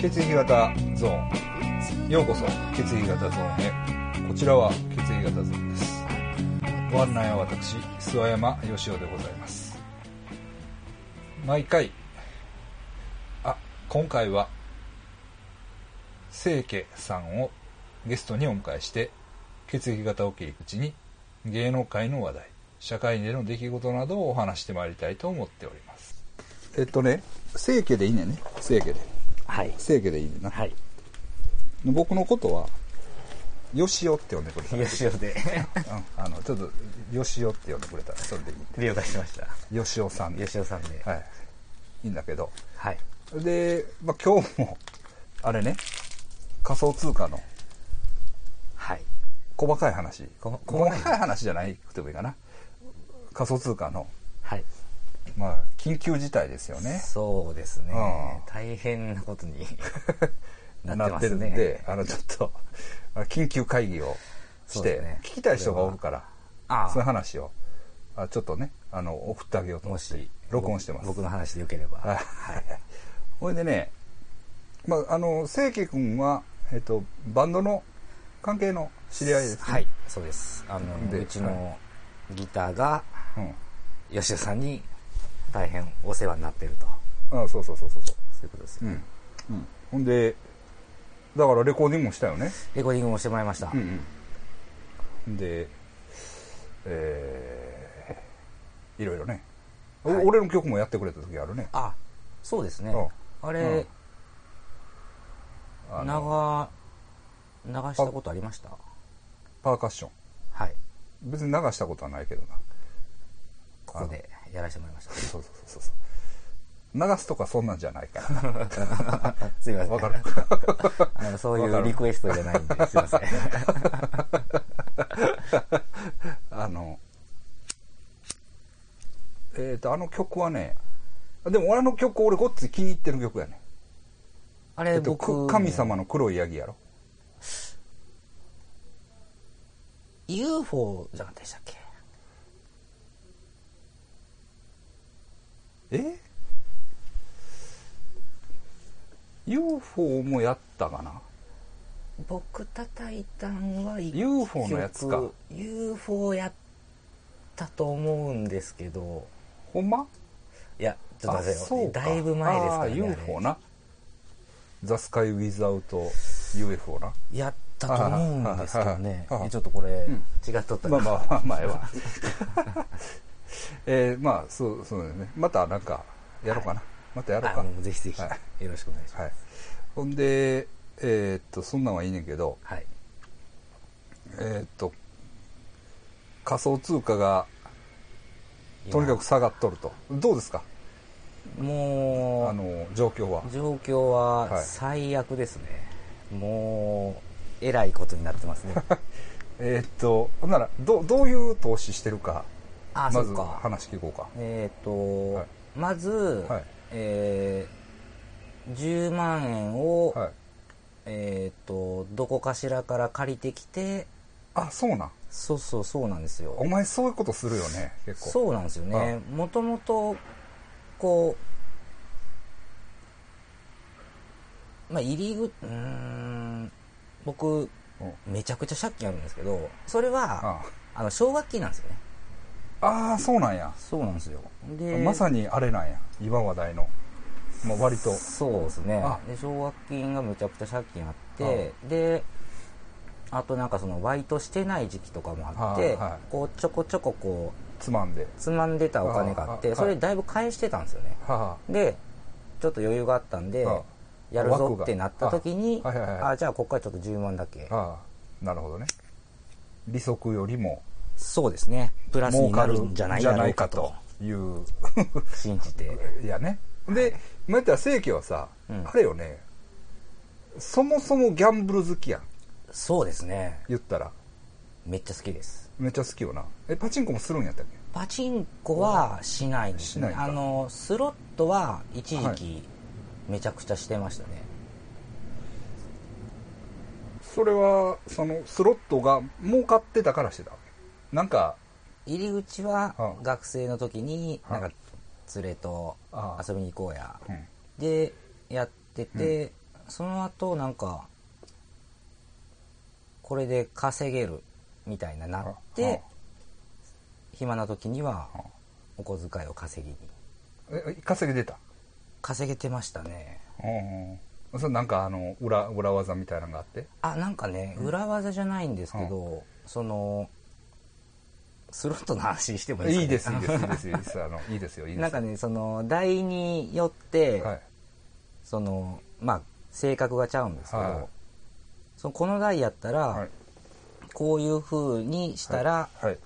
血液型ゾーンようこそ血液型ゾーンへこちらは血液型ゾーンですご案内は私諏訪山義雄でございます毎回あ今回は清家さんをゲストにお迎えして血液型を切り口に芸能界の話題社会での出来事などをお話してまいりたいと思っておりますえっとね清家でいいねんね清家ではい。清家でいいねんな、はい。僕のことはよしおって呼んでくれた、うん、吉尾であのちょっとよしおって呼んでくれたらそれでいい了解しました。よしおさんで、吉尾さんで。はい、いいんだけどはい。で、まあ、今日もあれね仮想通貨のはい。細かい話この細かい話じゃないくてもいいかな仮想通貨の、はい。まあ、緊急事態ですよねそうですねうん。大変 なことにななってっまてるすんね。であのちょっとあの緊急会議をしそうでて、すね聞きたい人がおるからあそのあ、話をあちょっとねあの送ってあげようと思もってし、録音してます僕の話でよければ。はい ほいでね、まあ、あの清家君は、えっと、バンドの関係の知り合いですね、はい。そうです。あの、でうちのギターが、吉尾さんに大変お世話になってると。うん、あそうそうそうそうそそういうことですう、うよん。うん、ほんでだからレコーディングもしたよねレコーディングもしてもらいました。でえーいろいろね、おはい俺の曲もやってくれた時あるねあ、そうですね。うんあうんれ、あの長流したことありましたパーカッションはい別に流したことはないけどなここでやらせてもらいましそうそうそうそう流すとかそんなんじゃないからな たすいませんわかる あのそうわいかうるリクエストじゃないんですいませんあのえっ、とあの曲はねでも俺の曲俺ごっつい気に入ってる曲やね、あ えれっと、僕く神様の黒いヤギやろ UFO じゃなかったでしたっけえ ?UFO もやったかな僕叩いたんは一 UFO のやつか曲 UFO やったと思うんですけどほんまいやちょっと待ってくださいよだいぶ前ですからねあー UFO あなザスカイウィザウト UFO なれやったと思うんですけどねあーあーあーえちょっとこれ違っとったまあらまあまあ前は えー、まあそうそうだよねまたなんかやろうかな、またやろうあかもうぜひぜひはよいろしくお願いしますはいほんでえーっとそんなんはいいねんけどはいえーっと仮想通貨が今とにかく下がっとるとどうですかもうあの状況は状況ははい最悪ですね、もうえらいことになってま すねえーっとほんならどどういう投資してるかあまそずうか話聞こうかえっ、と、はいまず、はいえー10万円を、はいえっ、とどこかしらから借りてきてあそうなんそうそうそうなんですよお前そういうことするよね結構そうなんですよねもともとこうまあ入り口うーん僕うんめちゃくちゃ借金あるんですけどそれはああの奨学金なんですよねああそうなんやそうなんですよでまさににあれなんや今話題の、まあ、割とそうですねあで奨学金がめちゃくちゃ借金あってであとなんかそのバイトしてない時期とかもあって、はいはいこうちょこちょここうつまんでつまんでたお金があっあてあそれだいぶ返してたんですよねはでちょっと余裕があったんでああやるぞってなった時にあはいはいはいあじゃあここからちょっと10万だけあああなるほどね利息よりもそうですねプラス儲にかなるるんじゃないだろうかという信じて いやねでまあ言ったら正規はさ、うんあれよねそもそもギャンブル好きやんそうですね言ったらめっちゃ好きですめっちゃ好きよなえパチンコもするんやったっけパチンコはしないんですしないねかあのスロットは一時は期めちゃくちゃしてましたねそれはそのスロットが儲かってたからしてたわけなんか入り口あは学生の時にあなんか連れとああ遊びに行こうやうんでやってて、その後なんかこれで稼げるみたいななって暇な時にはあお小遣いを稼ぎにえ稼ぎ出た稼げてましたねうんうんそれなんかあの裏裏技みたいなのがあってあなんかね裏技じゃないんですけどそのスロットの話してもいいいいでですすかいねいですいいですいいですあのいいですよいいですなんかねその台によってはいそのまあ性格がちゃうんですけはいどそのこの台やったはらいこういう風にしたらはい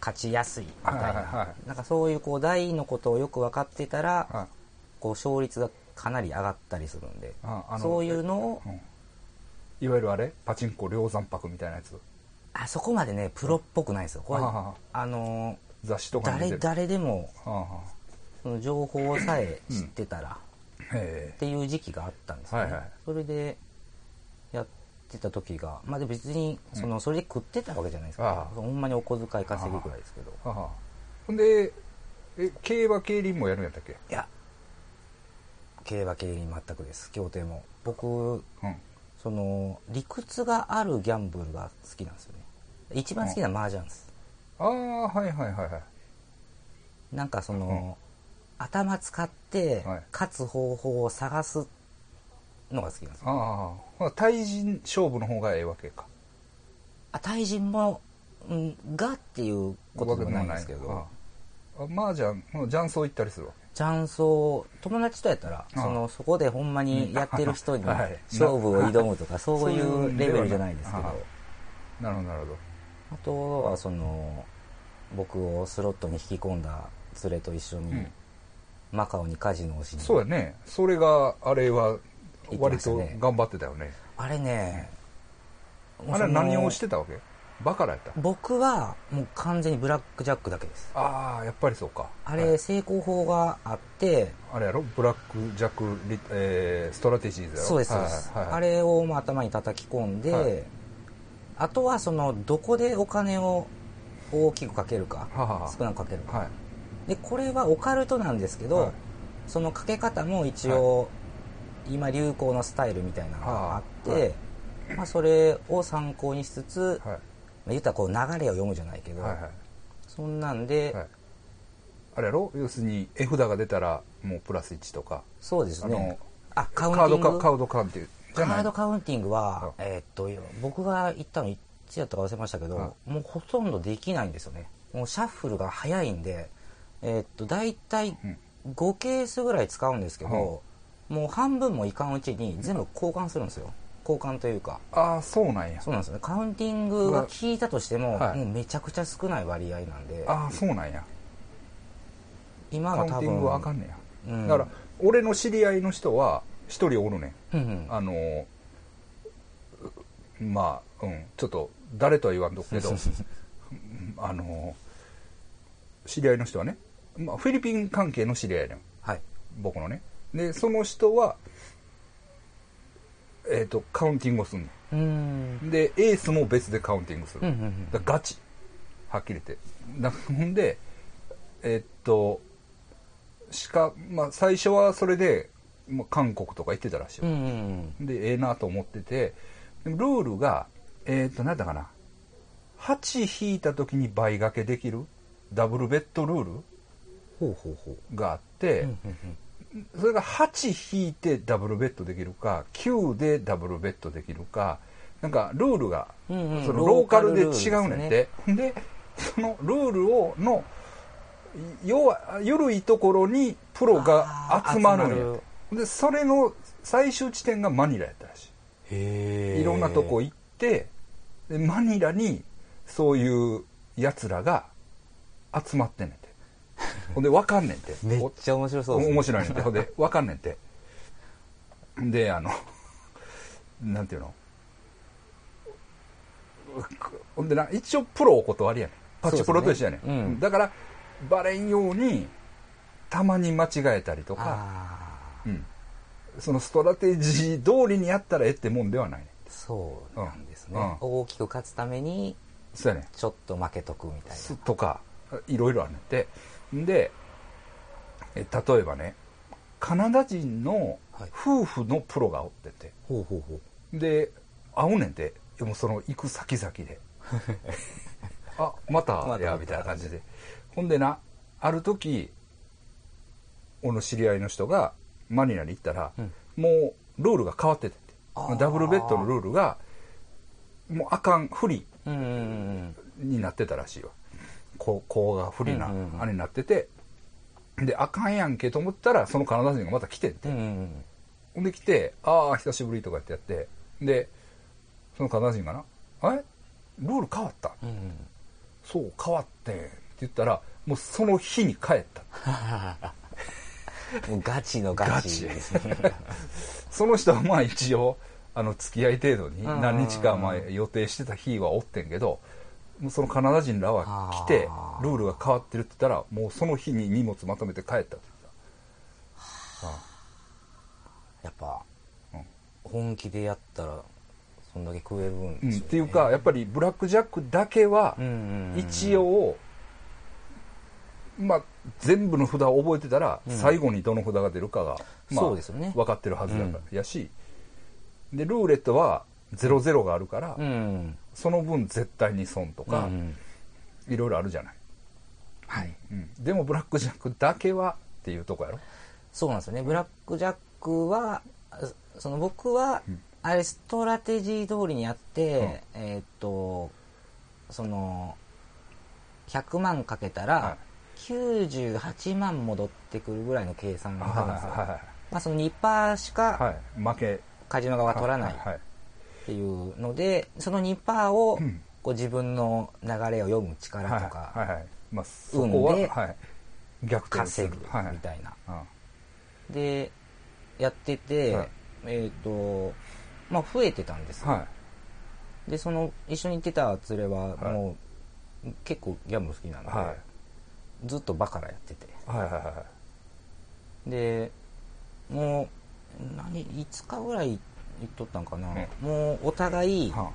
勝ちやすいみたいはいはいはななんかそういうこう台のことをよく分かってたらはいこう勝率がかなり上がったりするんでああのそういうのをうんいわゆるあれパチンコ量山泊みたいなやつあそこまでねプロっぽくないんですよこれあははあのー雑誌とかに出て誰る誰でもあはその情報さえ知ってたらへっていう時期があったんですよね、はいはいそれでやってた時がまあでも別にそのそれで食ってたわけじゃないですあかあほんまにお小遣い稼ぐぐらいですけどえははほんでえ競馬競輪もやるんやったっけいや競馬競輪全くです競艇も僕うんその理屈があるギャンブルが好きなんですよね一番好きな麻雀です、ああはいはいはいはいなんかその、頭使ってはい勝つ方法を探すのが好きなんですよ、ああほな対人勝負の方がええわけかあ対人も、うん、がっていうことでもないんですけわどけでもないああ麻雀ほな雀荘行ったりするわけチャンスを友達とやったらあそのそこでほんまにやってる人にはい勝負を挑むとかそういそういううのでレはないベルじゃないですけどあなるほどなるほどあとはその僕をスロットに引き込んだ連れと一緒うにんマカオにカジノをしにそうやねそれがあれは行って割ましたとね頑張ってたよねあれねあれは何をしててたわけバカラやった僕はもう完全にブラックジャックだけですああやっぱりそうかあはいれ成功法があってあれやろブラックジャックリ、えーストラテジーズやろそうですそうですはいはいあれをまあ頭に叩き込んはいであとはそのどこでお金を大きくかけるかははは少なくかけるかはいでこれはオカルトなんですけはいどそのかけ方も一応今流行のスタイルみたいなのがあって、はいはいまあ、それを参考にしつつ、まはあ、言ったらこう流れを読むじゃないけいど、はいそんなんで、はいはいあれやろ要するに絵札が出たらもうプラス1とかそうですねあカカウンーテドィンカグカードカウンっていうじゃカなーいドカウンティングは、うえーっと僕が行ったのいつやったか忘れましたけど、もうほとんどできないんですよねもうシャッフルが早いんでえーっと大体ん5ケースぐらい使うんですけど、もう半分もいかんうちに全部交換するんですよ交換というかああそうなんやそうなんですよねカウンティングが効いたとしても、はいもうめちゃくちゃ少ない割合なんでああそうなんや今カウはンテ多ィングはあか分んねや、うんだから俺の知り合いの人は一人おるねんうんうんあのーうまあうんちょっと誰とは言わんとくけ どうんあのー知り合いの人はね、まあ、フィリピン関係の知り合いなのはい僕のねでその人はえっ、とカウンティングをするうーんのでエースも別でカウンティングする、うんうんうんだからガチはっきり言ってだ ほんでえっとしか、まあ、最初はそれで、まあ、韓国とか行ってたらしいようんうんうんでええなと思っててでもルールがえっ、と何だかな8引いた時に倍掛けできるダブルベッドルーほうほうほうルがあって、うんうんうんそれが8引いてダブルベッドできるか9でダブルベッドできるかなんかルールが、うんうんそのロローーカカルルでル違ールですねうねんてで,、そのルールをの要は緩いところにプロが集まるんやあー集までそれの最終地点がマニラやったらしいへいろんなとこ行って、でマニラにそういうやつらが集まってんねん て。ほんで、わかんねんて。めっちゃ面白そうですね面白いねんて。ほん で、わかんねんて。で、あの、なんていうのほんでな、一応プロお断りやねん。パチプロと一緒やねん。そうですねうんだから、バレんように、たまに間違えたりとか、ああうんそのストラテジー通りにやったらええってもんではないねん。そうなんですね、うん大きく勝つためにそうやねん。ちょっと負けとくみたいすとかいろいろあるねんてでえ例えばねカナダ人のはい夫婦のプロがおってて、ほうほうほう。で会うねんてもうその行く先々 であまたまたやみたいな感じでほんでなある時俺の知り合いの人がマニラに行ったら、んもうルールが変わっててあーダブルベッドのルールがもうあかん不利うんうんうんになってたらしいわこうこうが不利なうんうんうんあれになってて、であかんやんけと思ったらそのカナダ人がまた来てんうん。うんうんほんで来て、ああ、久しぶりとかってやって、で、そのカナダ人がな、えルール変わったうん。うんうん。そう、変わってんって言ったら、もうその日に帰った。もうガチのガチガですね。その人はまあ一応、あの、付き合い程度にうん何日かまあ予定してた日はおってんけど、もうそのカナダ人らは来てあ、ールールが変わってるって言ったら、もうその日に荷物まとめて帰ったって言ってやっぱ、うん本気でやったら、そんだけ食えるんた。うん、ですよ、ねっていうか、やっぱりブラックジャックだけは、うんうんうん、一応、まあ、全部の札を覚えてたら、最後にどの札が出るかが、まあそうですよね分かってるはずだから、やしでルーレットは00があるから、うんうん。その分絶対に損とか、うんいろいろあるじゃない、はい。うんでもブラックジャックだけはっていうとこやろそうなんですよね。ブラックジャックは、あその僕は、あれ、ストラテジー通りにやって、えーっと、その、100万かけたら、はい98万戻ってくるぐらいの計算があるんですよ。はまあ、その2%しいはかいはい負けカジノ側は取らないはいっていうので、その2%をんこう自分の流れを読む力はいとはかいはいまあそこは、運ではい、逆転す稼るぐみはいたいな。うんで、やってて、はいえっ、と、まあ増えてたんですよ、はいで、その一緒に行ってた連れは、はいもう結構ギャンブル好きなんで、はいずっとバカラやってて。はいはいはいで、もう、何、5日ぐらい行っとったんかな。うんもうお互い、は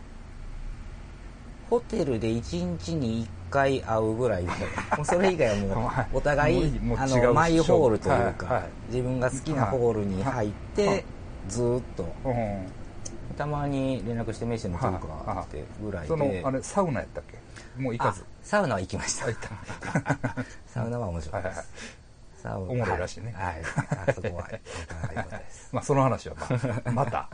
ホテルで1日に1回会うぐら いでもうそれ以外ははいもうお互いもうあ違うのマイホールというはいはかい自分が好きなホールに入っはていずーっとあうんたまに連絡して飯でも食うかってぐらいそのであれサウナやったっけもう行かずあサウナは行きました入ったサウナは面白いはいではいすサウナおもろいらしいねはいあそこはなかなか良かったですまあその話はまあまた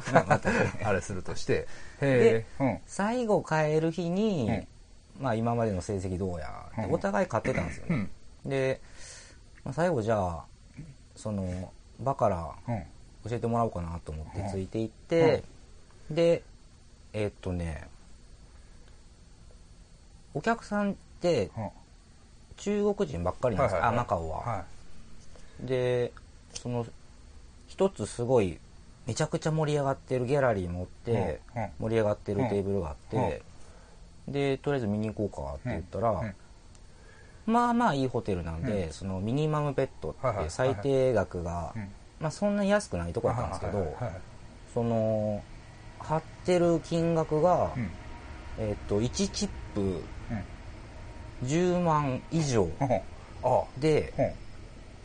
あれするとしてへえうん最後帰る日に、うんまあ今までの成績どうやってうんお互い買ってたんですよね、で、まあ、最後じゃあそのバカラうん教えてもらおうかなと思ってついていって、でえーっとねお客さんってうん中国人ばっかりなんですよ、あマカオは、はでその一つすごいめちゃくちゃ盛り上がってるギャラリー持って、うんうん盛り上がってるテーブルがあって、でとりあえず見に行こうかって言ったら、んまあまあいいホテルなんで、そのミニマムベッドっはいはいて最低額が、いうんまあ、そんなに安くないとこだったんですけど、はいはいはいその貼ってる金額が、うんえっと1チップうん10万以上うんああでうん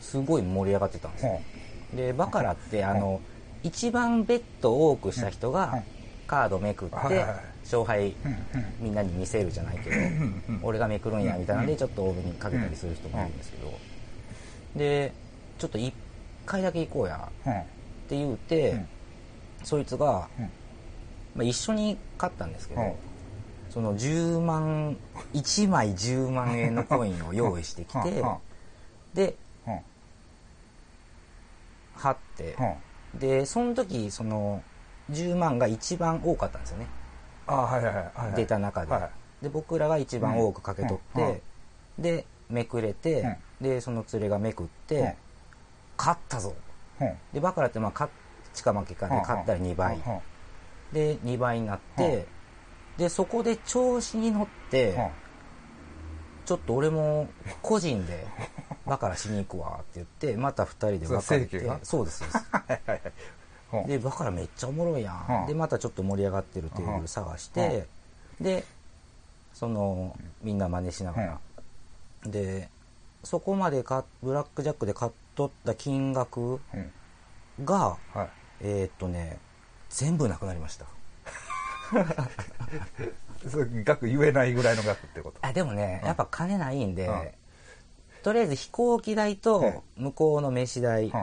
すごい盛り上がってたんですようんでバカラってあの一番ベッドを多くした人がカードめくってはいはいはい勝うんう敗んみんなに見せるじゃないけど俺がめくるんやみたいなんでちょっと多めにかけたりする人もいるんですけどでちょっと1回だけ行こうやうんって言うて、うんそいつが、うんまあ、一緒に買ったんですけど、うんその10万1枚10万円のコインを用意してきうんてうんでうん貼ってうんでその時その10万が一番多かったんですよねああはいはいはいはい出た中で、はで僕らが一番多くかけ取って、うんうんでめくれて、でその連れがめくって、うん勝ったぞいうんでバカラってまあ勝っ近負けかで勝ったら2倍、うんうんで2倍になって、うんでそこで調子に乗って、うんちょっと俺も個人でバカラしに行くわって言ってまた2人でバカラ それ行っ正規がてそうですそううんですでバカラめっちゃおもろいやん、うんでまたちょっと盛り上がってるテーブル探して、でそのみんな真似しながら、でそこまでかブラックジャックで買っとった金額うんが、はいえーっとね、全部なくなりました。それ額言えないぐらいの額ってことあでもね、うんやっぱ金ないんで、うんとりあえず飛行機代と向こうの飯代、んギ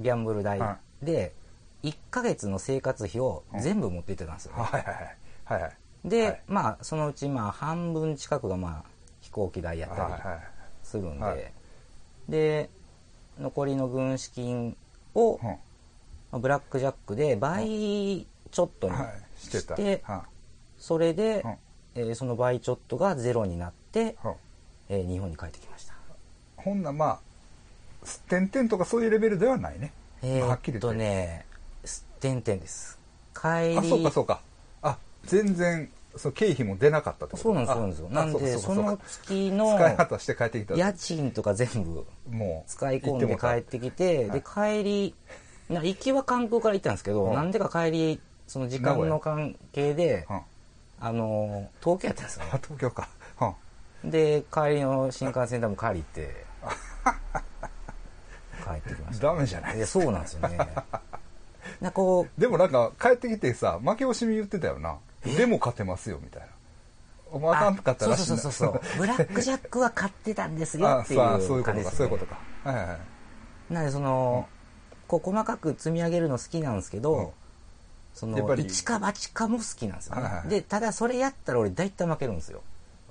ャンブル代、うんで1ヶ月の生活費を全部持って行ってたんですよ、はいはいはいはいはいで、はいまあそのうちまあ半分近くがまあ飛行機代やったりはいはいするんで、はいで残りの軍資金を、うんまあブラックジャックで倍ちょっとにはいしてたしてはそれで、うんえーその倍ちょっとがゼロになって、いうんえー日本に帰ってきましたほんならまあ点々とかそういうレベルではないね、えまあはっきー、りっと言ってね、す点々です。帰り、あそうかそうかあ全然その経費も出なかったってことそうなんです、そうなんですよ。あなんで、あそうかうのか月使い果のたして帰ってきた家賃とか全部もう使い込んで帰行っもてきて、はで、帰り、な行きは関空から行ったんですけうど、んなんでか帰り、その時間の関係でう、たうんあのー、東京やったんですよあ東京かうんね。で、帰りの新幹線でも借りて、 帰ってきました。ダメじゃないいや、そうなんですよね。な、こう、でもなんか帰ってきてさ負け惜しみ言ってたよなでも勝てますよみたいなお前あかんかったらしいそうそうそうそう。ブラックジャックは買ってたんですよあっていうさあ感じです、そういうことかそういうこね。とかはいはいはいなんでその、こう細かく積み上げるの好きなんですけど、うんそやっのぱり一か八かも好きなんですよね、はいはいでただそれやったら俺大体負けるんですよ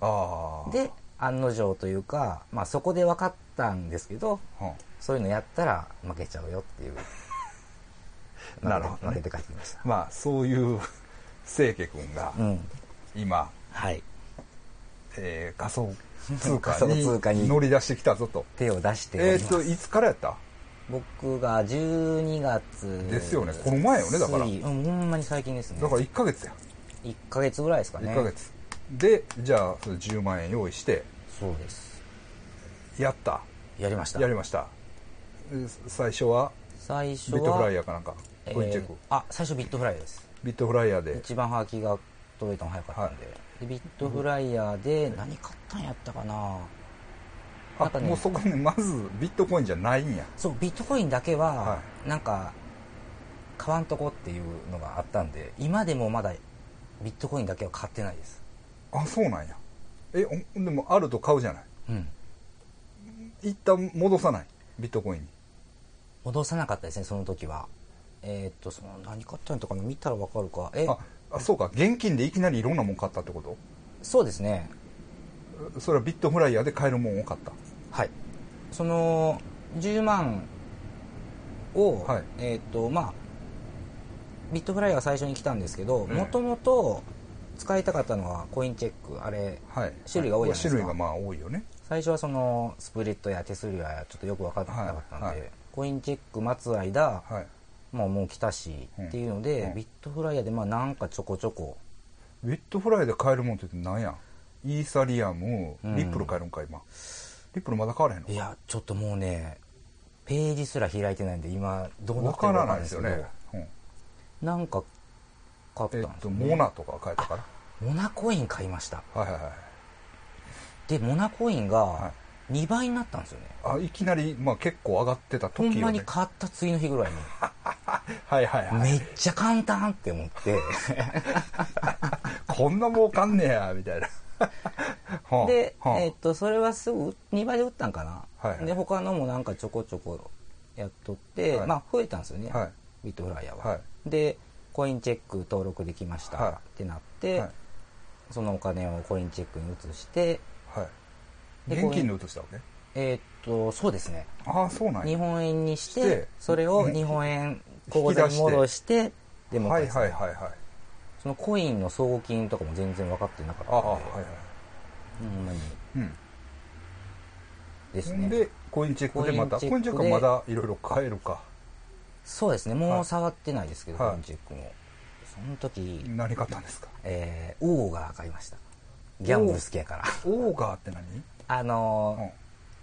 ああで案の定というか、まあ、そこで分かったんですけどうそういうのやったら負けちゃうよっていうん なるほど負ねけて帰ってきましたまあそういう清家君がうん今、はいえー仮想通仮想通貨貨にに乗り出してきたぞと手を出しておりえますーっといつからやった僕が12月ですよねこの前よねだから過ぎうんほんまに最近ですねだから1ヶ月や1ヶ月ぐらいですかね1ヶ月でじゃあそれ10万円用意してそうですやったやりましたやりましたえ最初は最初ビはットフライヤーかなんかえー V チェック、あ最初ビットフライヤーですビットフライヤーで一番ハガキが届いたの早かったんで,、はでビットフライヤーで何買ったんやったかなあなんかねもうそこにまずビットコインじゃないんやそうビットコインだけははなんか買わんとこっていうのがあったんで今でもまだビットコインだけは買ってないですあそうなんやえおでもあると買うじゃないうん一旦戻さないビットコインに戻さなかったですねその時はえーっとその何買ったんやったかな見たらわかるかえああそうか現金でいきなりいろんなもん買ったってことそうですねえそれはビットフライヤーで買えるもんを買ったはい、その10万を、はいえーっとまあ、ビットフライヤーが最初に来たんですけどええもともと使いたかったのはコインチェックあれはい種類が多いじゃないですか種類がまあ多いよね最初はそのスプリットや手数料やちょっとよく分かってなかったんで、はいはいコインチェック待つ間、はいもうもう来たしうんっていうので、うんビットフライヤーでまあなんかちょこちょこビットフライヤーで買えるもんって言って何やイーサリアムうんリップル買えるんか今、リップルまだ買われへんのいやちょっともうねページすら開いてないんで今どうなわってかるか分からんなないいでですすけよどね、うんなんか買ったえんっですとよ、モナとか書いたかモナコイン買いましたらはいはいでモナコインはが2倍になったんですよね、はいあいきなり、まあ、結構上がってたほ時んよ、まにね、買った次の日ぐらいにはいはいはいめっちゃ簡単って思ってこんな儲かんねやみた いなはあで、はあえっとそれはすぐ2倍で売ったんかな、はいはいで他のもなんかちょこちょこやっとって、はいまあ増えたんですよね、はいビットフライヤーは、はいでコインチェック登録できました、はいってなって、はいそのお金をコインチェックに移してはい、で現金で移したわけえっとそうですねああそうなん日や本円にしてしてそれをうん日本円引口き出座にして戻してでもは返いすはいはいはいそのコインの総金とかも全然分かってなかっああたはのいではいほんまにうんですほんねでコインチェックでまたココイインンチチェッェッククではまだいろいろ買えるかそうですねはもいう触ってないですけどはいコインチェックもその時何買ったんですかえーオーガー買いましたギャンブル好きやからオーガーって何、あうのんー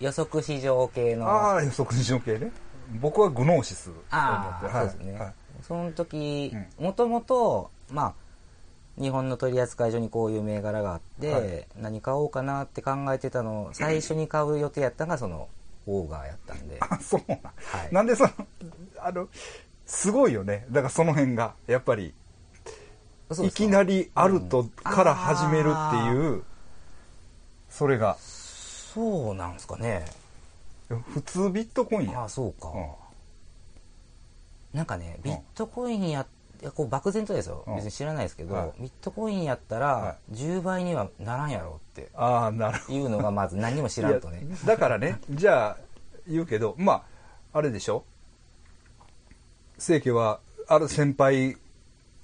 予測市場系のああ予測事情系ね僕はグノーシスを持ってああ、はいそうですね、はいその時うもともとまあ日本の取扱所にこういう銘柄があって、はい何買おうかなって考えてたのを最初に買う予定やったのがそのオーガーやったんであそうなん、はいなんでそのあのすごいよねだからその辺がやっぱりそういですかきなりアルトから始めるっていう、それがそうなんですかね普通ビットコインあやあ、そうか、うんなんかねビットコインやいやこう漠然とですよ、うん別に知らないですけど、はいビットコインやったらは10倍にはならんやろってああなるほどいうのがまず何にも知らんとね いやだから ねじゃあ言うけどまああれでしょ清家はある先輩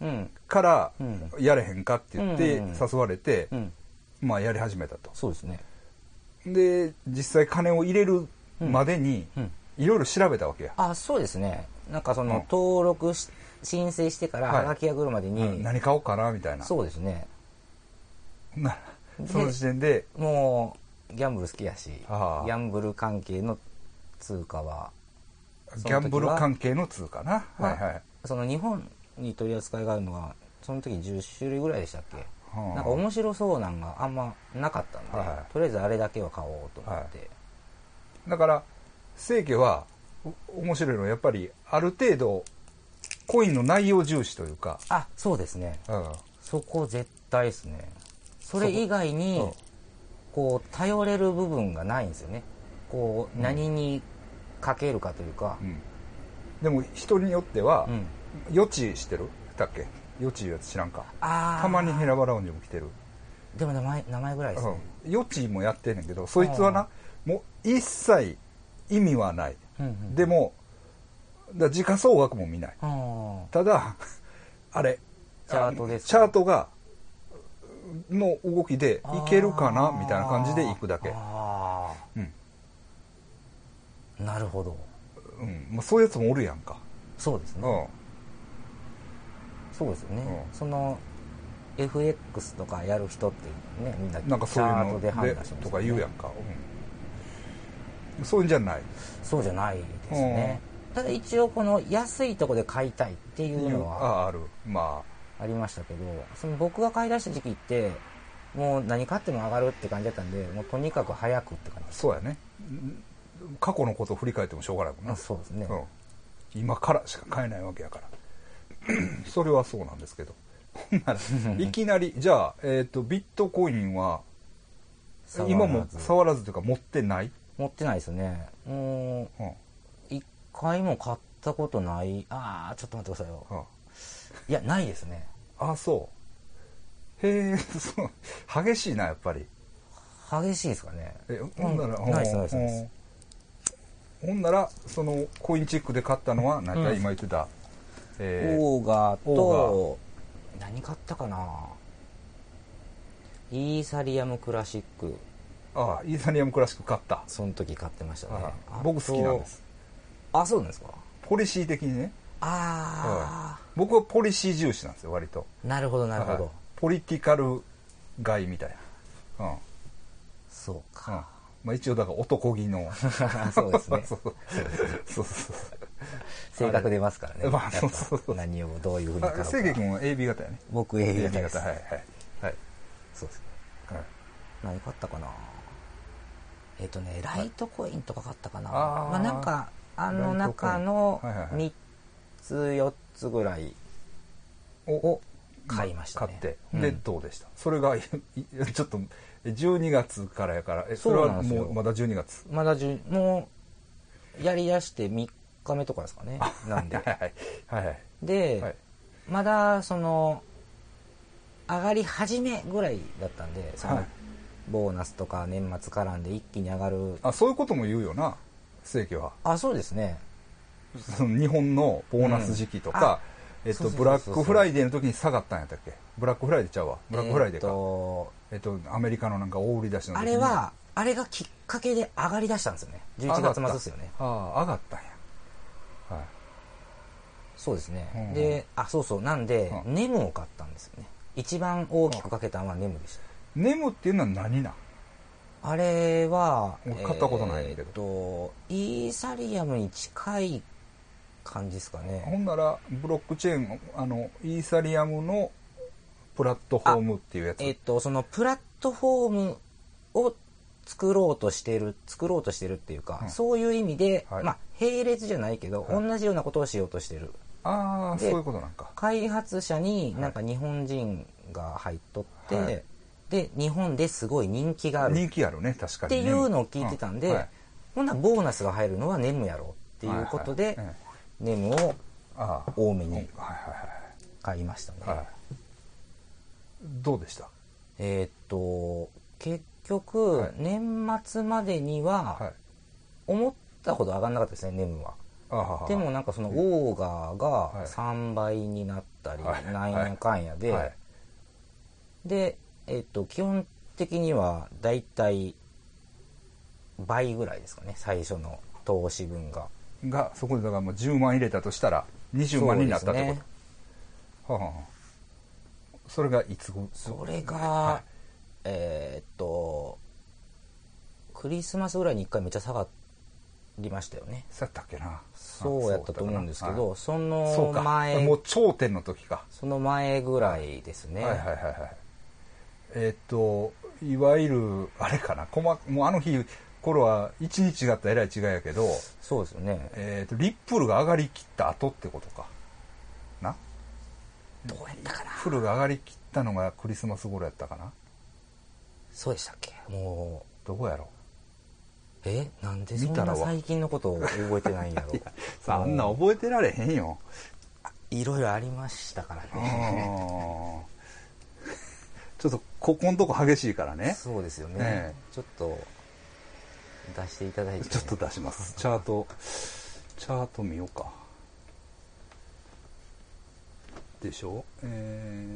うんからうんやれへんかって言っうてんうんうん誘われて、うんまあやり始めたとそうですねで実際金を入れるまでにうんいろいろ調べたわけや、あそうですねなんかその、うん登録し申請してからはいはがきが来るまでに、何買おうかなみたいなそうですねなでその時点でもうギャンブル好きやしギああャンブル関係の通貨はギャンブル関係の通貨な、まあはいはいその日本に取り扱いがあるのはその時10種類ぐらいでしたっけ、はあなんか面白そうなんがあんまなかったんで、はいとりあえずあれだけは買おうと思って、だから清家はお面白いのはやっぱりある程度コインの内容重視というか、あそうですねうんそこ絶対ですねそれ以外にそここう頼れる部分がないんですよねこう何にかけるかというかうんでも人によっては、うん、予知してるだっけ予知いうやつ知らんかああたまにヘラバラオンにも来てる、でも名前名前ぐらいですね、うん、予知もやってんねんけどそいつはなもう一切意味はない、うんうんでもだから時価総額も見ないあただ あれチャートですチャートがの動きでーいけるかなみたいな感じでいくだけ、あうんあなるほどうんまあ、そういうやつもおるやんか、そうですうんね、そうですよね、うんその FX とかやる人ってねみんななんかそういうチャーのトでで判断しますよねとか言うやんか、うんそういうんじゃないそうじゃないですね、ただ一応この安いとこで買いたいっていうのはああるまありましたけどその僕が買い出した時期ってもう何買っても上がるって感じだったんでもうとにかく早くって感じあですそうやねうん過去のことを振り返ってもしょうがないもんなあそうですね、うん、今からしか買えないわけやから それはそうなんですけ どほんならいきなりじゃあ、えー、とビットコインは触らず今も触らずというか持ってない、持ってないですねもううん一回も買ったことないああちょっと待ってくださいようんいやないですねあそうへえ そう激しいなやっぱり激しいですかねえほんなら、ううんないですないですないですうんほんならそのコインチックで買ったのは何かうん今言ってた、えーオーガオと何買ったかなイーサリアムクラシックああイーサリアムクラシック買った、その時買ってましたねあああと僕好きなんですあそうなんですかポリシー的にねあ僕はポリシー重視なんですよ割とあなるほどなるほはいどポリティカル外みたいな、うんうんそうかまあ、一応だから男気の そうです ねそうそうそうそう性格出ますからねまあやっぱそうそうそう何をどう いうふうにあ清買家うか君は AB 型やね僕 A 型ですはいはいはいそうですねはい何買ったかなえっ、とねライトコインとか買ったかなあーまあなんかあの中のライトコインはいはいはい3つ4つぐらいお買いましたね買ってうんでどうでした、それがい ちょっと12月からやからえそれそうなはんですもようまだ12月まだじゅもうやりだして3日目とかですかねなんで はいはいはいはいで、はいまだその上がり始めぐらいだったんでその、はいボーナスとか年末絡んで一気に上がるあそういうことも言うよな清家はあそうですねその日本のボーナス時期とか、えっそうと、そうそうそうブラックフライデーの時に下がったんやったっけブラックフライデーちゃうわブラックフライデーえか、ーとえっとアメリカのなんか大売り出しの時にあれはあれがきっかけで上がりだしたんですよね11月末ですよねああ上がったんや、はい、そうですね、うんであそうそうなんで、うネムを買ったんですよね一番大きくかけたのはネムでした、ネムっていうのは何なんあれは俺買ったことないんだけどえーっとイーサリアムに近い感じですかほねんならブロックチェーンあのイーサリアムのプラットフォームっていうやつ、えーっとそのプラットフォームを作ろうとしてる作ろうとしてるっていうか、うんそういう意味で、はいまあ並列じゃないけど、はい同じようなことをしようとしてるああそでういうことなんか開発者になんか日本人が入っとって、はいで日本ですごい人気があるっ人気あるね確かにてねいうのを聞いてたんで、うはいほんならボーナスが入るのはネムやろっていうことで、はいはいええネムをああ多めにはい買いましたね、はいはいはいどうでしたえーっと結局、はい年末までにははい思ったほど上がんなかったですねネムはあははでもなんかそのオーガーはいが3倍になったり、はいなんやかんやで、はいで、えっと、基本的にはだいたい倍ぐらいですかね最初の投資分ががそこでだからもう10万入れたとしたら20万になったってことはあはあそれがいつごそれが、はえーっとクリスマスぐらいに1回めっちゃ下がりましたよねそうやったっけなそうやったと思うんですけど、あそそうのか前もう頂点の時か、その前ぐらいですね、はいはいはいはいえっといわゆるあれかな細かもうあの日頃は1日違ったらえらい違いやけど、そうですよねえっとリップルが上がりきった後ってことかなどうやったかなフルが上がりきったのがクリスマス頃やったかなそうでしたっけもうどこやろえなんでそん見たらなわ最近のことを覚えてないんや ろさあんな覚えてられへんよいろいろありましたからあねーちょっとここのとこ激しいからねそうですよね、えちょっと出していただいてちょっと出しますチャートチャート見ようかでしょえ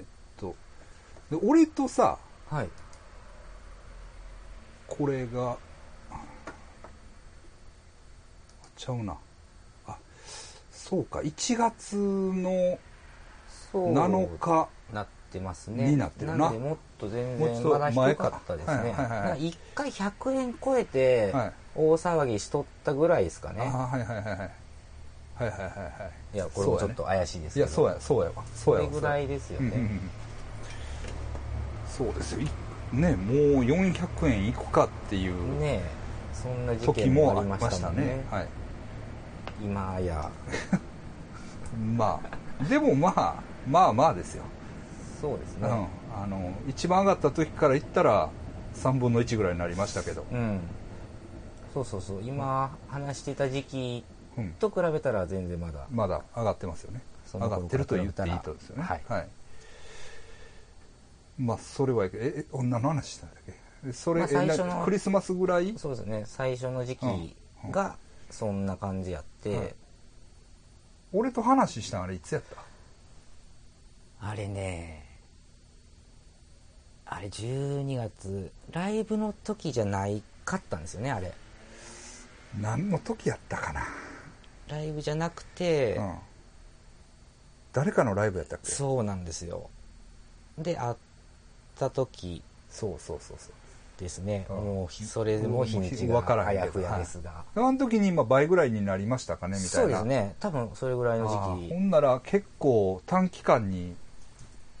ーっとで俺とさはいこれがあちゃうなあそうか1月のそう7日なってますねになってるなんでもっと全もうちょっ然とまだ低かったです前ねかはいはいはいなんか一回100円超えてはい大騒ぎしとったぐらいですかね、あーはいはいはいはいはいはいはいはいい、やこれもちょっそうと怪しいですやねいけどやそうやそうやわそそうやれわぐらいですよね、うんうんうんそうですよいねもう400円いくかっていうねえそんな事時件ももあありりままししたたもねんねはい今やまあでもまあまあまあですよ、そうですうん、ねあの一番上がった時から言ったら3分の1ぐらいになりましたけどう、ん、そうそうそう今話していた時期うん、と比べたら全然まだまだ上がってますよねそ上のが頃ってると言っていいとから比べたらですよねはいまあそれはいいけどええ女の話したんだっけえそれ、まあ最初のえなクリスマスぐらいそうですね最初の時期がそんな感じやって、はい俺と話したんあれいつやったあれねあれ12月ライブの時じゃないかったんですよねあれ何の時やったかな、ライブじゃなくて、うん、誰かのライブやったっけそうそうなんですよで会った時そうそうそうですね、うんもうそれでもう日にちわがからへんあけどやふやですが、あの時に今倍ぐらいになりましたかねみたそいうでなすね多分それぐらいあのー時ほ期んなら結構短期間に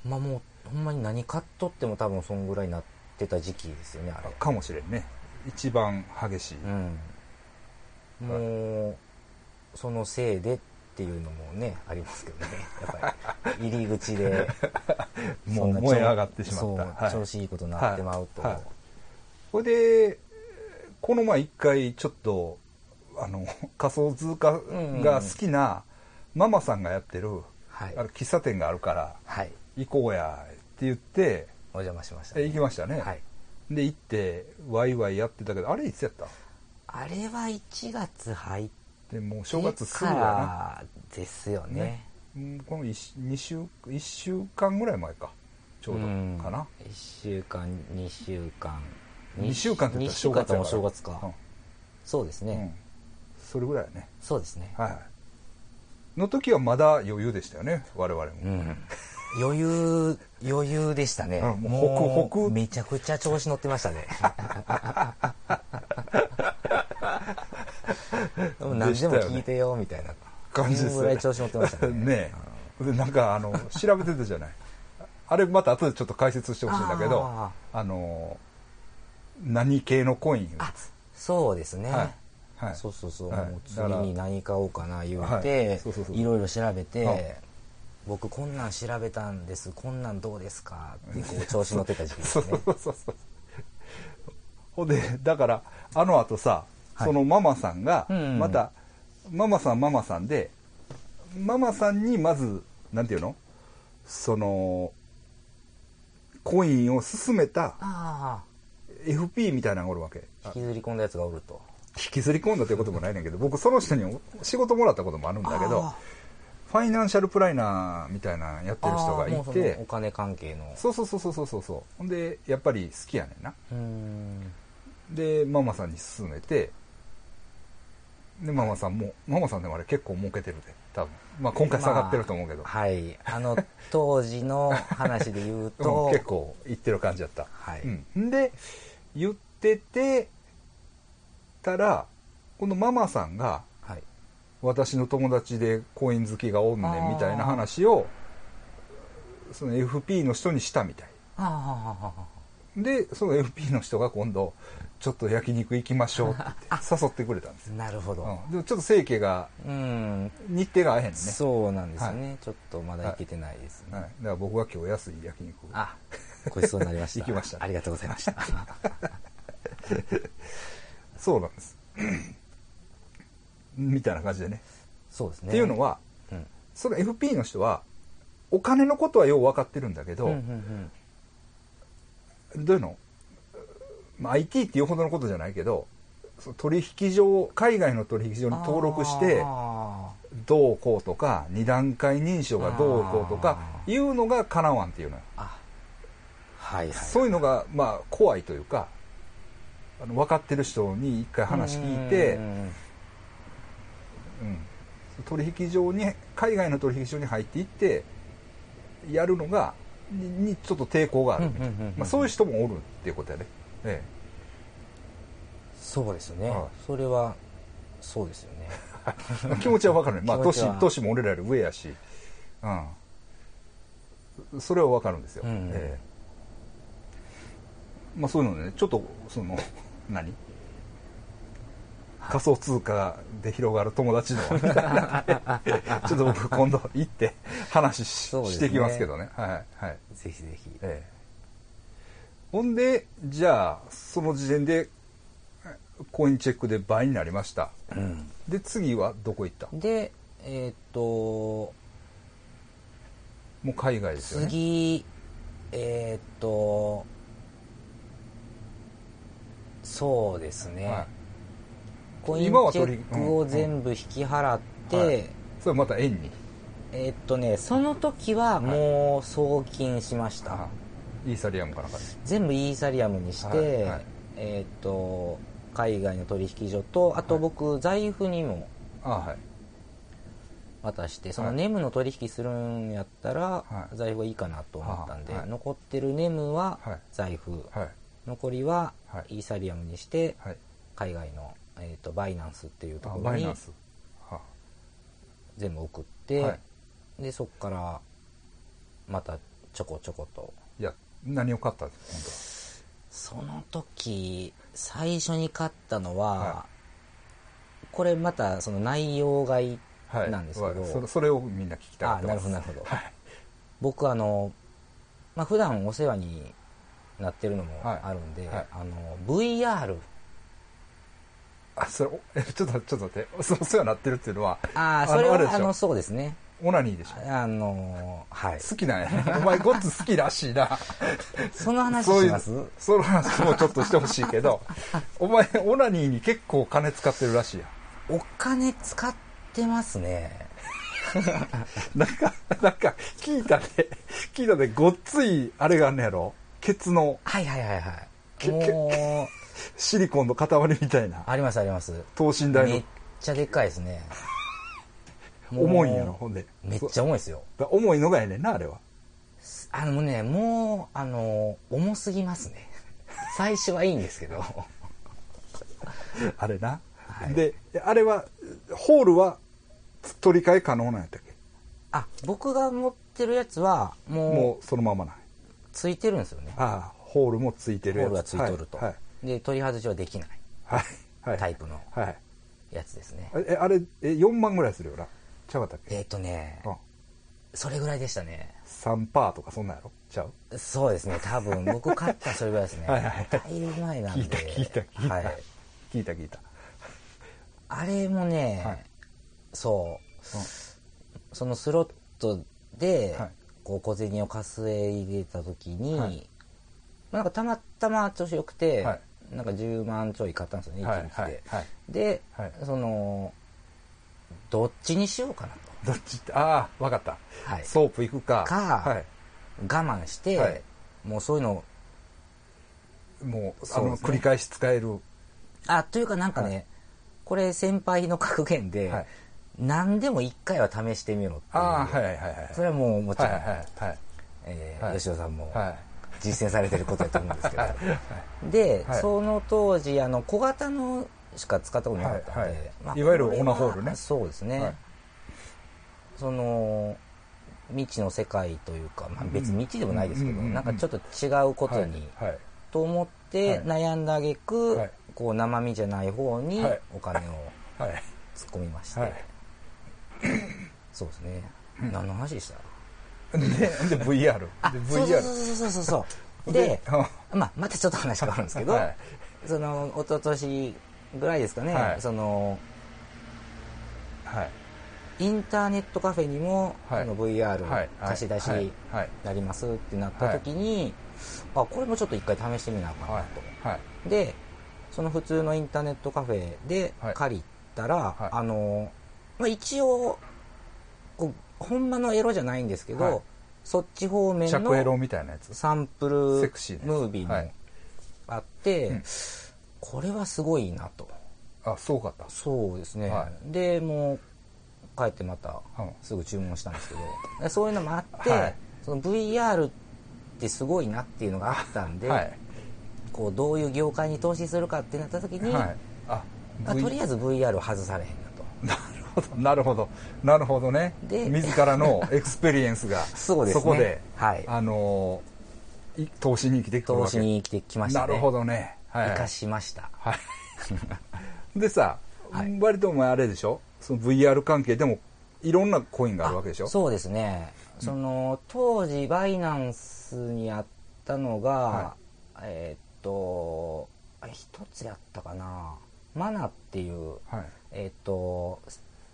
まあもうほんまに何買っとっても多分そんぐらいになってた時期ですよねあれかもしれんね一番激しい、うん、もうそのせいでっていうのもねありま すけどねやっぱり入り口でもうそんな燃え上がってしまったそう、はい調子いいことになってまうと、はいはいこれでこの前一回ちょっとあの 仮想通貨が好きなママさんがやってる、はいあの喫茶店があるからはい行こうやって言ってお邪魔しましたえね、行きましたね、はい、で行ってワイワイやってたけどあれいつやったあれは1月入ってでもう正月すぐかやらですよな、ねうんこの 1, 2週1週間ぐらい前かちょうどんかな、 1週間2週間2週間って言二ったら週正間月とやかもら正月か、そうですうね、んうん、それぐらいやねそうですね、はいはいの時はまだ余裕でしたよね我々も、うん、余裕余裕でしたね、うんもうもうホクホクめちゃくちゃ調子乗って ましたねでも何でも聞いてよみたいな感じですよねそのぐらい調子乗ってましたね ねえでなんかあの調べてたじゃないあれまた後でちょっと解説してほしいんだけどああの何系のコインあそうですね、はいはいそうそうそう、はいもう次だからに何買おうかな言うはて、いそうそうそういろいろ調べて、はい僕こんなん調べたんですこんなんどうですかってこう調子乗ってた時期でそうす そうねそうそうほんでだからあのあとさ、はいそのママさんがうんうんまた、ママさんママさんでママさんにまずなんていうのそのコインを勧めたあ FP みたいなのがおるわけあ引きずり込んだやつがおると引きずり込んだということもないねんけど僕その人にお仕事もらったこともあるんだけどあファイナンシャルプライナーみたいなのやってる人があーもういそのてお金関係のそうそうそうそうそうそうそうほんでやっぱり好きやねんなうーんでママさんに勧めてでママさんもママさんでもあれ結構儲けてるで多分まあ今回下がってると思うけど、まあはい あの当時の話で言ううとん結構いってる感じやった、はいうん、んで言っててたらこのママさんがはい私の友達でコイン好きがおんねあんーみたいな話をその FP の人にしたみたいああでその FP の人が今度ちょっと焼肉行きましょうっ て言って誘ってくれたんですよ、なるほどうん、でもちょっと清家がうん、日程が合えへんね、そうなんですよね、ちょっとまだ行けてないですはね、い、だから僕は今日安い焼肉をあごちそうになりました行きましたありがとうございました そうなんです みたいな感じでねそうですねっていうのはうんその FP の人はお金のことはよう分かってるんだけど、うんうんうんどういうの、まあ、IT っていうほどのことじゃないけどその取引所海外の取引所に登録してあどうこうとか二段階認証がどうこうとかあいうのがかなわんっていうのよーあはいはいそういうのがまあ怖いというかあの分かってる人に一回話聞いてうんうんうんうん取引所に海外の取引所に入っていってやるのがににちょっと抵抗があるみたいうんうんうんなうんまあそういう人もおるっていうことやね、えそうですね、はいそれはそうですよね え、気持ちは分かるね、まあ、気持ち年は年も俺らより上やし、うん、それは分かるんですよ、うんうんええまあ、そういうのでねちょっとその 何仮想通貨で広がる友達の みたいなんでちょっと僕今度行って話し,、そうですねてきますけどねはいはいぜひぜひええ、ほんでじゃあその時点でえコインチェックで倍になりました、で次はどこ行ったでえーっともう海外ですよね次えーっとそうですね、はコインチ今は取りェックを全部引き払っいて、はいそれまた円にえーっとねその時はもう送金しました、あイーサリアムかなんかで全部イーサリアムにして、はいはいえーっと海外の取引所とあと僕、財布にもあはい渡してそのはいネムの取引するんやったら、はい財布はいいかなと思ったんで、はいはい残ってるネムははい財布、はい残りははいイーサリアムにして、はい海外の、えー、とバイナンスっていうとあころバイにナンスは全部送って、はいでそこからまたちょこちょこといや何を買ったんですその時最初に買ったのは、はこれまたその内容買い本当ははいなんですけど、わそれそれをみんな聞きたいあなるほどなるほどはい僕あの、まあ普段お世話になってるのもはいあるんで、はいあの VR あそれおえちょっとちょっと待ってそのそうなってるっていうのはああのそれはれであしのょそうですねオナニーでしょあのはい好きなんやねお前ゴッツ好きらしいなその話そうしいうますその話もちょっとしてほしいけどお前オナニーに結構金使ってるらしいやお金使ってますねんなんかなんか聞いたね聞いたねごっついあれがあんねやろケツのはいはいはいはいけもうシリコンの塊みたいなありますあります等身大めのっちゃでっかいですねもう 重いんやろほんでめっちゃゃ重いですよ重いのがやねんなあれはあのねもうあの重すぎます ね最初はいいんですけどあれな、はいであれはホールは取り替え可能なんやったっけあ僕が持ってるやつはももうそのままないうんついてるんですよねああホールもついてるホーやつルがついとると、はいで取り外しはできないはいはい、タイプのはいやつですね。え、あれ、え、4万ぐらいするよな。ちゃうかったっけえっ、とね、うん。それぐらいでしたね。 3パーとかそんなんやろちゃうそうですね、多分僕買ったそれぐらいです ね。はいはいだいぶ前な聞んで。いた聞いた聞いた、はい。聞いた聞いた。あれもね、はいそう、そのスロットで、はいこう小銭を稼いでた時に、はいまあ、なんかたまたま調子良くて、はいなんか10万ちょい買ったんですよね、一はい日で。はいはい。で、はいその、どっちにしようかなどと。っちって、ああ、わかった。はいソープ行くか。かは我慢して、はいもうそういうの、い。もう、あそうの、ですね繰り返し使える。あ、というかなんかね、これ先輩の格言で、はい何でも一回は試してみろっていう。ああ、はいはいはいはい。それはもうもちはろいん、はいはい。えーはい吉田さんもはい。実践されてることだと思うんですけど、はい で、はいその当時あの小型のしか使ったことなかったんで、はいはいいわゆるオナホールねこれはそうですね、はいその未知の世界というか、まあ、別に未知でもないですけうど、んうんうんうんなんかちょっと違うことに、はい。と思っはいて悩んだ挙句、はいこう生身じゃない方にはいお金をはい。はい。突っ込みまして、はいそうですね何の話でしたで、で VR。で、あそうそう VR。そうそうそうそうでで、うんまあ、またちょっと話変わるんですけど、はいその一昨年ぐらいですかね、はいそのはい。インターネットカフェにも、はいその VR はい貸し出しはいはいやりますってなった時に、あこれもちょっと一回試してみなあかんなはいと、。はい。でその普通のインターネットカフェではい借りたら、はいあの、まあ、一応こうほんまのエロじゃないんですけど、はいそっち方面着エロのみたいなやつ。サンプルセクシーなやつムービーはもいあって、うんこれはすごいなとあ、そうかった。そうですね、はでもう帰ってまたうんすぐ注文したんですけど、でそういうのもあって、はいその VR ってすごいなっていうのがあったんで、はい。こうどういう業界に投資するかってなった時に、はい。あ、まあ、とりあえず。ず VR を外されへんなと。なるほど、なるほど。なるほどね。で自らのエクスペリエンスが、 そうですねこで、はいあのー、い投資に生きてくる投わけ資に来てきましたね。なるほどね。はい。生かしました。はいでさ、はい割とお前あれでしょその VR 関係でもいろんなコインがあるわけでしょそうですね。その、当時、バイナンスにあったのが、はえーっと、あれ一つやったかな。マナっていう、はい。えーっと、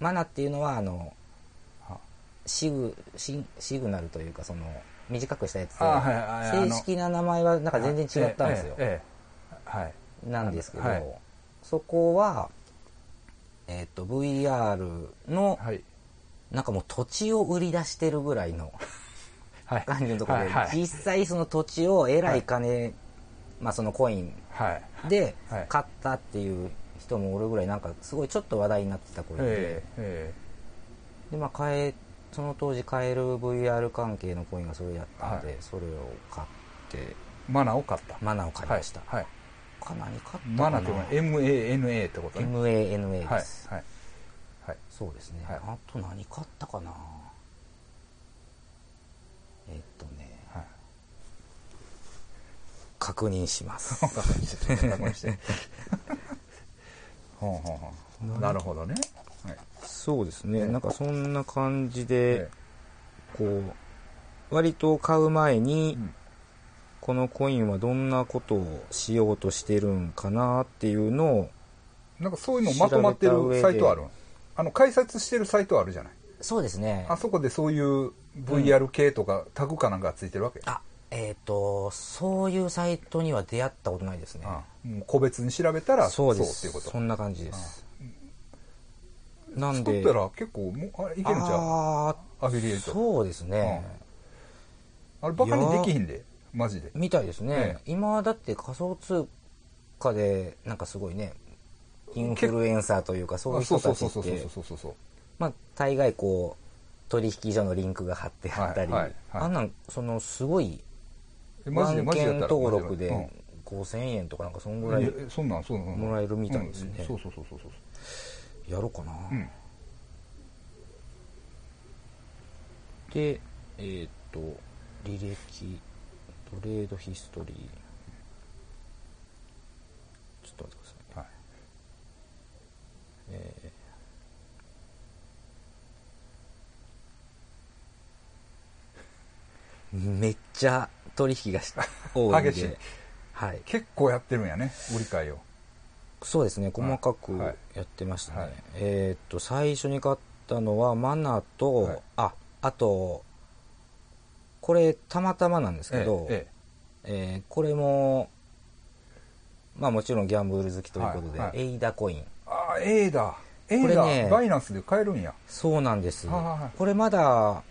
マナっていうのは、あのあ、シグ、シシグナルというか、その、短くしたやつで、あはいはいあの正式な名前はなんか全然違ったんですよ。ええええはい。なんですけど、はいそこは、えっと VR のはい。なんかもう土地を売り出してるぐらいのはい。感じのところで、はいはい実際その土地をえらい金、まあ、そのコインはい。ではい買ったっていう人もおるぐらいなんかすごいちょっと話題になってた頃で,、えええでまあ、買えその当時買える VR 関係のコインがそれやったんで、はいそれを買ってえマナーを買った。マナを買いました、はい。はいかなり買ったかなマナーっていうのは MANA ってことね。 MANA です、はい。はい。はい。そうですね、はいあと何買ったかなえっとねはい。確認し ます確認して、ちょっと確認して。ほうほうほう。なるほどね。はい。そうですえねえなんかそんな感じえでこう割と買う前にうんこのコインはどんなことをしようとしてるんかなっていうのをえなんかそういうのまとまってるサイトあるあの、解説してるサイトあるじゃない。そうですねあそこでそういう VR 系とかタグかなんかがついてるわけ。あえっ、とそういうサイトには出会ったことないですねあもう個別に調べたらそうそうってですいうことそ。んな感じですなん作でったら結構もう、あれいけるんちゃうあーアフィリエイト。そうですね、あれバカにできひんで、マジで。みたいですねえ、今だって仮想通貨でなんかすごいねインフルエンサーというかそういうそ人うそたうちそうそうそうってそうそうそう。まあ大概こう取引所のリンクが貼ってあったり、はいはいはいあんなんそのすごいえマ案ジでマジでや件ったら登録マジでうん5000円とかなんかそんぐらいええそんなんそうなんもらえるみたいですねうんそうそうそうそうそうやろうかな、うんでえっ、と履歴トレードヒストリーちょっと待ってくださいはいえめっちゃ取引がし多いんで激しいはい、結構やってるんやね売り買いをそうですね細かくはいやってましたね、はいえーっと最初に買ったのはマナと、はいああとこれたまたまなんですけど、ええーこれもまあもちろんギャンブル好きということで、はいはいエイダコインえ、ああ A だ A これだ、ねバイナンスで買えるんやそうなんです、はいはいはいこれまだ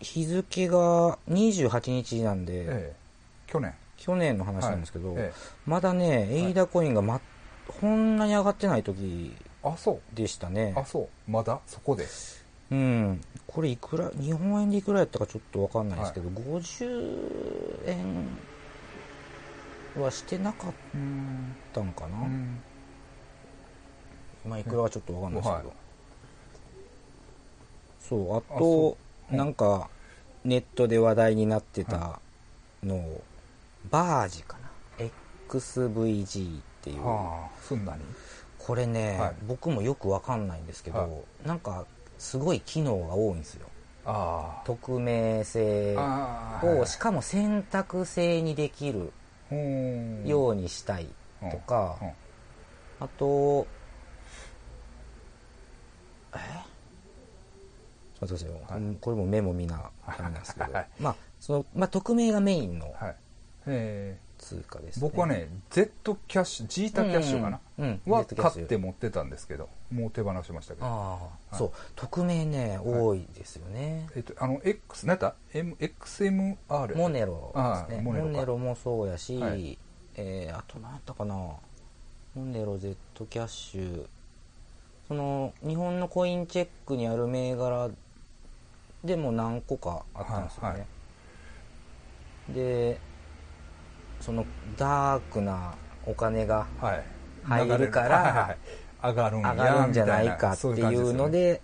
日付が28日なんで、ええ去年去年の話なんですけど、はいえまだねエイダコインが、ま、こんなに上がってない時えあそうでしたねあそうまだそこでうん、これいくら日本円でいくらやったかちょっとわかんないですけど、50円はしてなかっうんたんかな、うんまあいくらはちょっとわかんないですけど、はいそうああとそうんなんかネットで話題になってたのを、バージかな XVG っていう、はあすんなにこれね、はい僕もよくわかんないんですけど、はなんかすごい機能が多いんですよああ匿名性ああをしかも選択制にできるようにしたいとか、うんうんあとえちょっと待ってくださいよ、これもメモ見なダメなんですけ ど、はいまあそのまあ匿名がメインのはいええ通貨です、ね、僕はね Z キャッシュ G タキャッシュかな、うんうんうんは Zeta キャッシ買ュって持ってたんですけどもう手放しましたけどああ、そう匿名ね多いですよね、えっと、あの X 何だ M XMR モネロああですねモモネネロかロもそうやし、はいえーあと何やったかなモネロ Z キャッシュその日本のコインチェックにある銘柄でも何個かあったんですよね、はいはでそのダークなお金がはい入る流れからはいはい上がるんや上がるんじゃないかってみいたなそう感のじすよねで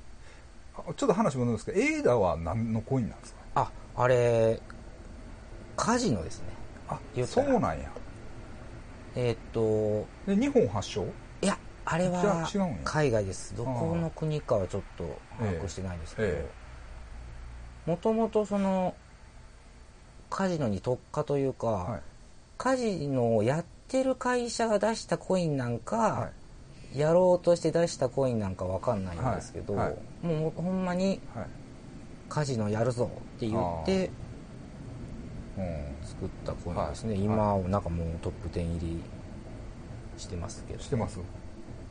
あちょっと話戻るんですけどエイダは何のコインなんですかああれカジノですねあ言ったそらうなんやえーっとで日本発祥いやあれはじゃあ違うんや海外ですどこの国かはちょっと把握してないですけどえもともとそのカジノに特化というか、はいカジノをやってる会社が出したコインなんか、はやろうとして出したコインなんかわかんないんですけど、はいはいもうほんまにはいカジノやるぞって言ってうん作ったコインですね、はい今はなんかもうトップ10入りしてますけどしてます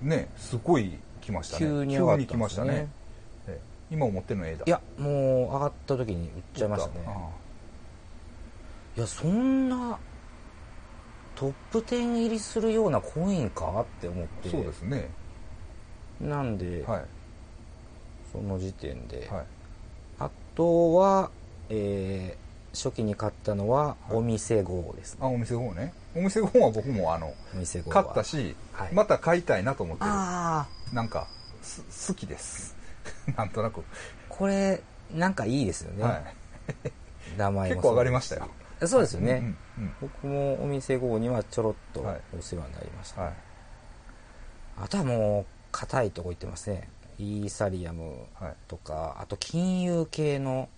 ねすごい来ましたね急に上がった来んまでしすたよねねええ今思ってるのエイダいやもう上がった時に売っちゃいましたねあいやそんなトップ10入りするようなコインかって思っあてそうですねなんで、はいその時点で、はいあとは、えー初期に買ったのは、いお店号ですねあお店の方ねお店の方は僕もあのお店号買はったし、はいまた買いたいなと思ってるああなんかす好きです なんとなく、これなんかいいですよね、は名い、前もそう結構上がりましたよ、そうですよね、うんうん僕もお店号にはちょろっとはいお世話になりました、はいあとはもう硬いとこ行ってますねイーサリアムはい、とか、あと金融系の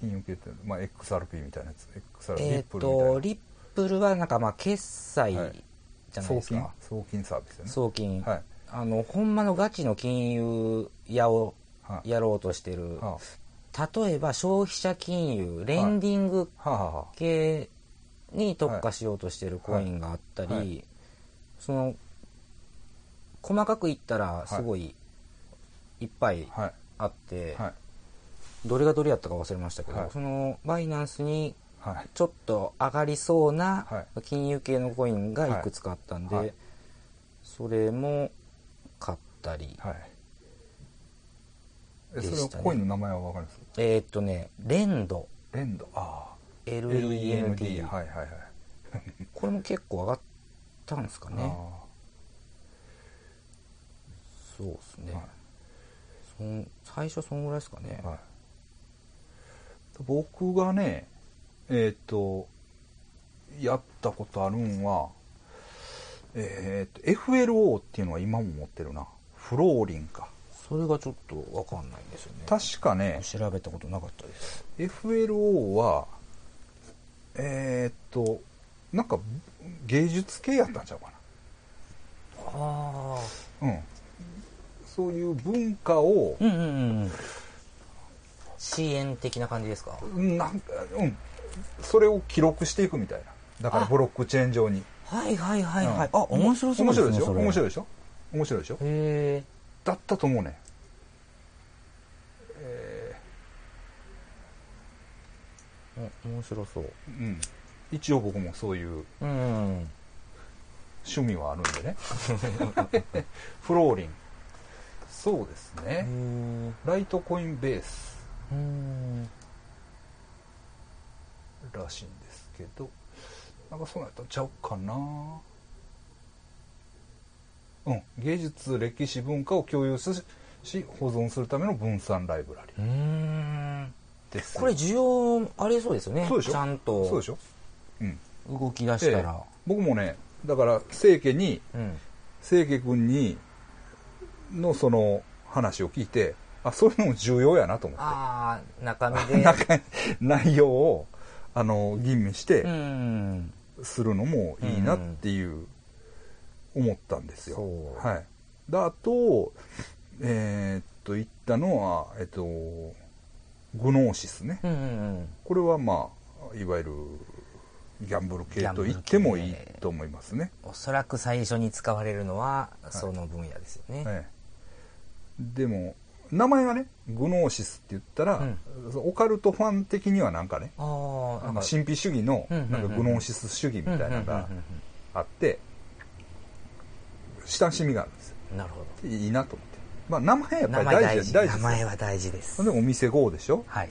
金融系って、まあ、XRP みたいなやつ XRP リえッっ、プルみたいなと、リップルはなんかまあ決済じはいゃない送ですか。金送金サービスよね送金。はいあの、ほんまのガチの金融屋をはいやろうとしてる。は例えば消費者金融、レンディングあ、はあは系に特化しようとしてるコインがあったり、はいはその、細かく言ったらすごいいっぱいあ、はいあって、はいどれがどれやったか忘れましたけど、はいそのバイナンスにはいちょっと上がりそうなは金融系のコインがいくつかあったんで、はいはいそれも買ったり、はいえでしたそねれはコインの名前は分かるんですかえーっとねレンドレンドああ LEND、はいはいはい、これも結構上がったんですかねあそうですね、はいそん最初そんぐらいですかね、あはい、僕がねえっ、とやったことあるんはえっ、と FLO っていうのは今も持ってるなフローリンかそれがちょっと分かんないんですよね確かね調べたことなかったです FLO はえーっとなんか芸術系やったんちゃうかああなうんそういう文化をうんうんうんうん支援的な感じですかなんかうんそれを記録していくみたいなだからあブロックチェーン上にはいはいはいはい、うんあ面白そうですね面白いでしょそれ面白いへでしょ面白いでしょえだったと思うねえ面白そうーうん一応僕もそういううん趣味はあるんでね フローリンそうですへね、ーライトコインベースうんらしいんですけどなんかそうなったんちゃうかなうん芸術歴史文化を共有しし保存するための分散ライブラリうんですこれ需要ありそうですよねそうでしょちゃんそうとでしょうん動き出したら、ええ僕もねだから清家にうん清家君にのその話を聞いてあそういうのも重要やなと思ってああ中身で中内容をあの吟味してうんするのもいいなっていう思ったんですよ。そうはい、だあとえーっと言ったのはえっとグノーシスねうんうんこれはまあいわゆるギャンブル系と言ってもいいと思いますね。おそらく最初に使われるのはその分野ですよね、ええ、でも名前はねグノーシスって言ったら、そのオカルトファン的にはなんかねああなんか神秘主義のうんうなんうんんかグノーシス主義みたいなのがあって親しみがあるんですよなるほいいなと思って、まあ、名前やどっ名ぱり前大大事事大名事です前は大事ですよでお店 GO でしょはい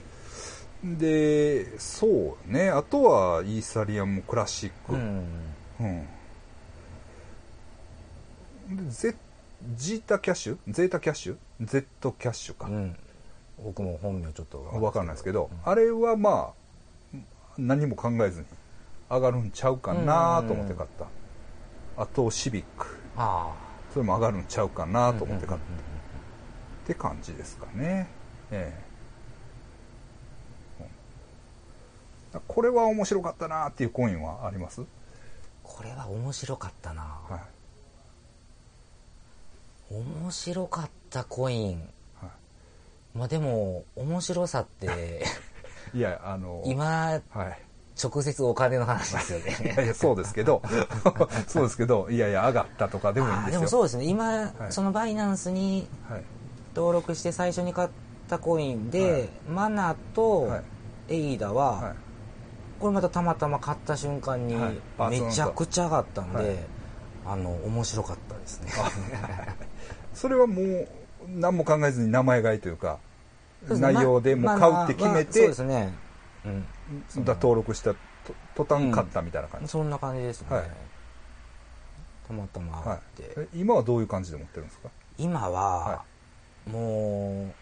でそうねあとはイーサリアムクラシック、うんうんでゼジータキャッシュゼータキャッシュゼットキャッシュか、うん僕も本名ちょっとわかんないですけど、あれはまあ何も考えずに上がるんちゃうかなと思って買った、あとシビックあそれも上がるんちゃうかなあと思って買っうんうんうんたって感じですかね、ええうんこれは面白かったなっていうコインはあります、はこれは面白かったな、い面白かったコインはまあでも面白さって い、いやあの今はい直接お金の話ですよいやいねやそうですけ どそうですけどいやいや上がったと かでもいいんあーでですもよそうですね今、はいそのバイナンスにはい登録して最初に買ったコインで、はいマナとはいエイダは、はいこれまたたまたま買った瞬間にはいパーツのめちゃくちゃ上がったんで、はいあの面白かったですね それはもう何も考えずに名前買いというかそうですね内容でもう買うって決めまあまあそうて、ですね、うん、だ登録したと途端買ったみたいな感じ、そんな感じですね、はいたまたま上がはって、い、え今はどういう感じで持ってるんですか今はは、もう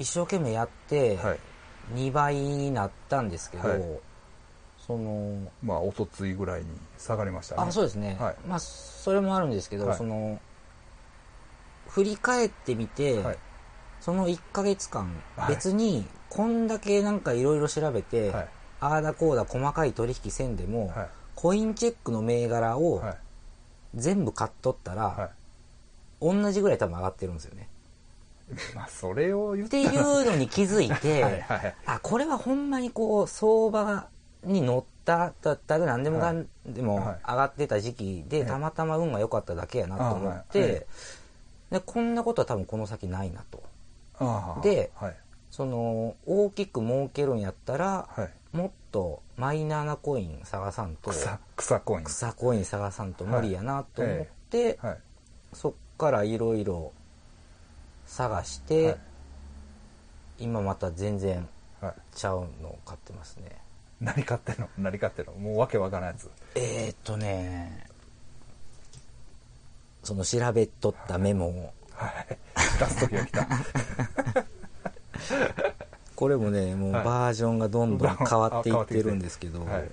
一生懸命やってはい2倍になったんですけど、はいそのまあおとついぐらいに下がりましたねあそうですね、はいまあそれもあるんですけど、はいその振り返ってみて、はいその1ヶ月間はい別にこんだけなんかいろいろ調べて、はいああだこうだ細かい取引せんでも、はいコインチェックの銘柄をはい全部買っとったら、はい 同じぐらい多分上がってるんですよね。まあそれを言っってていうのに気づい てはいはいあこれはほんまにこう相場に乗っただったら何でもかんでもはい上がってた時期で、ええたまたま運が良かっただけやなと思って、あはいえでこんなことは多分この先ないなとああではいその大きく儲けるんやったら、はいもっとマイナーなコイン探さんと草草コイン草コイン探さんと無理やなと思って、はいそっからいろいろ探して、はい今また全然はいちゃうのを買ってますね何買ってんの何買ってんのもうわけわからんやつえー、っとねその調べとったメモをはい出す時が来た これもねもうはいバージョンがどんどん変わっていってるんですけど、はい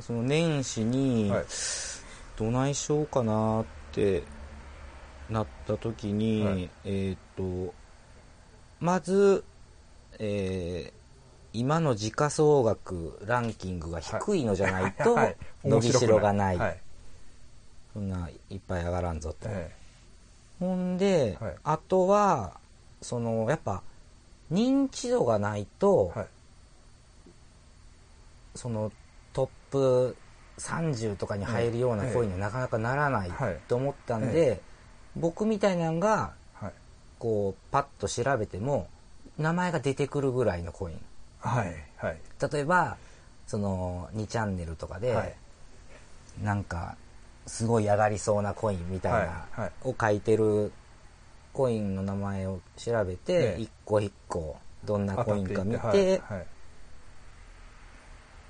その年始にはいどないしようかなってなった時に、はいえーっとまず、えー今の時価総額ランキングが低いのじゃないとはい伸びしろがない、はいそんないっぱい上がらんぞと、えほんで、はいあとはそのやっぱ認知度がないと、えはいそのトップ30とかに入るような声にはなかなかならないはいと思ったんで、え僕みたいなのがはいこうパッと調べても名前が出てくるぐらいのコインはいはい例えばその2チャンネルとかで、はいなんかすごい上がりそうなコインみたいなはいはいを書いてるコインの名前を調べてええ一個一個どんなコインか見当たっていってはいはい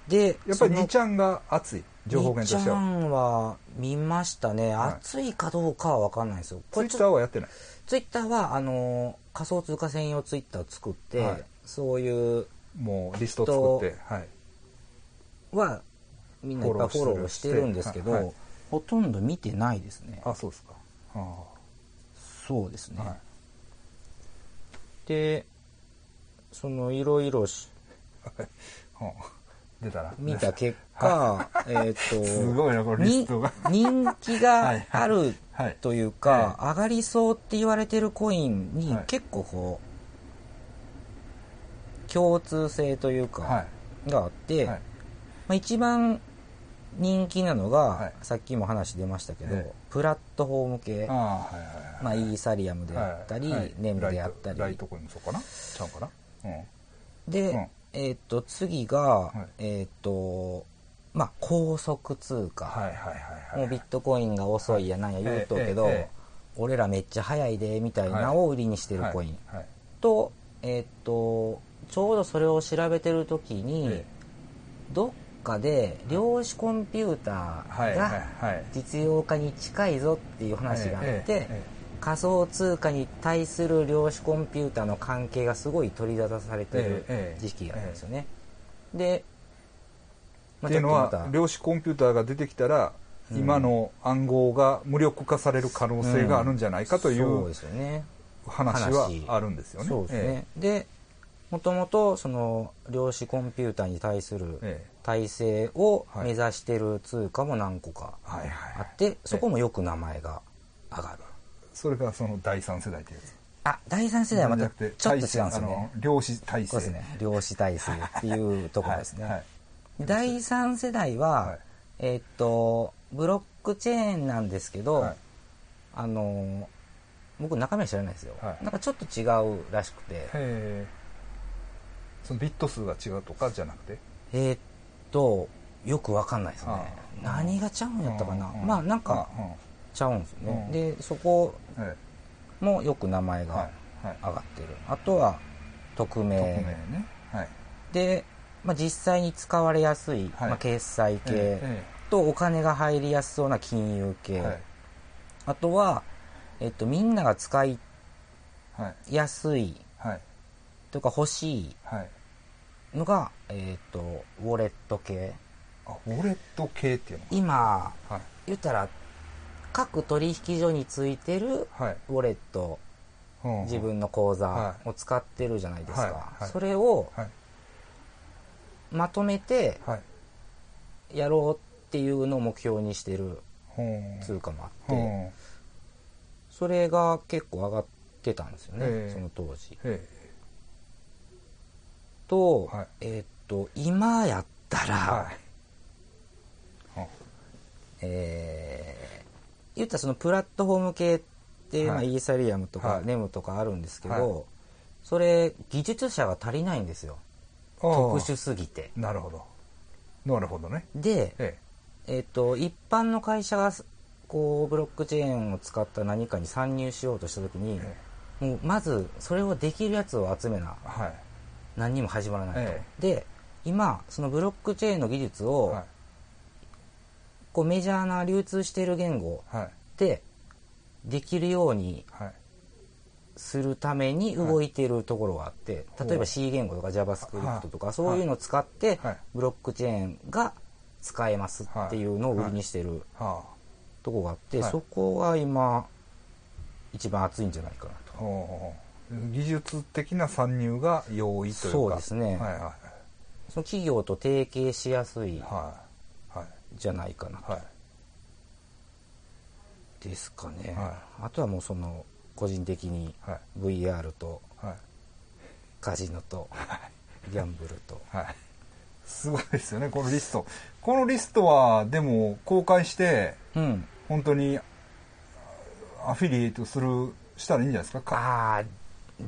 でやっぱりその2ちゃんが熱い情報源としてはみっちゃんは見ましたね、はい暑いかどうかは分かんないですよ、ツイちッょターはやってないツイッターはあのー仮想通貨専用ツイッターを作って、はいそういうもうリストを作ってはいはみんないっぱいフォローをしてるんですけフど、ォローしてほとんど見てないですね、あそうですかあそうですね、あはいで、そのいろいろしうん出たな見た結果、 えっと、すごいなこれリストがに人 気があるはいというか、上がりそうって言われてるコインにはい結構こう、共通性というはか、があって、いはいまあ、一番人気なのが、はいさっきも話出ましたけど、ええプラットフォーム系、ああはいはいはいまあ、イーサリアムであったり、はいネムであったり、ライトライトコインもそうかなちゃうかなうで、うんえーっと次が、いえーっとまあ高速通貨、んはいはいはいもはういビットコインが遅いやなんや言うとうけど、ええええ俺らめっちゃ早いでみたいなを売りにしてるコインはいはいと、えーっとちょうどそれを調べてる時に、ええどっかで量子コンピュータはいーはいがはい実用化に近いぞっていう話があって、ええええ仮想通貨に対する量子コンピューターの関係がすごい取り沙汰されてるええええ時期があるんですよね、で、まっあていうのちょっとはまた量子コンピューターが出てきたら、今の暗号が無力化される可能性があるんじゃないかといそううですよね話はあるんですよね。そうですえね、でもともとその量子コンピューターに対するええ体制をはい目指してる通貨も何個かえはいはいあって、そこもよく名前が上がる、それがその第三世代というやつあ第三世代はまたちょっと違うんですよあねの量子体そう制ですね量子体制っていうところですね、はいはい第3世代は、はいえーっとブロックチェーンなんですけど、はいあのー僕中身は知らないですよ、はいなんかちょっと違うらしくて、へえそのビット数が違うとかじゃなくてえーっとよくわかんないですねああ何がちゃうんやったかな、うんまあなんかうんうんちゃうんですよね、うんでそこえもよく名前えがはいはい上がってる、あとは匿名匿名ねはいで、まあ、実際に使われやすい、はいまあ、決済系、えとお金が入りやすそうな金融え系、はいあとは、えっと、みんなが使いはいやすいはいとか欲しいはいのが、えっとウォレット系あウォレット系っていうの今はい言ったら各取引所についてるはいウォレットうんうん自分の口座はを使ってるじゃないですか、はいはいそれをはいまとめてはいやろうっていうのを目標にしてるほん通貨もあって、ほんへそれが結構上がってたんですよね、ええその当時えと、はいえーっと今やったら、いはえー言ったらそのプラットフォーム系って、はいまあ、イーサリアムとかはいネムとかあるんですけど、はいそれ技術者が足りないんですよ特特殊すぎてなるほどなるほどねで、ええーっと一般の会社がこうブロックチェーンを使った何かに参入しようとした時に、えもうまずそれをできるやつを集めなえはい何にも始まらないと、えで今そのブロックチェーンの技術を、はこうメジャーな流通している言語いはいでできるようにはいするために動いているところがあって、い例えば C 言語とか JavaScript とか、はいそういうのを使ってはいブロックチェーンが使えますっていうのを売りにしてるはとこがあって、はいそこが今一番熱いんじゃないかなと。ほうほうほう技術的な参入が容易というかそうですねはいはその企業と提携しやすいいはいはいじゃないかなはいですかね、はあとはもうその個人的にはい VR とはいカジノとギャンブルとはいすごいですよねこのリストこのリストはでも公開してうん本当にアフィリエイトするしたらいいんじゃないですかかああ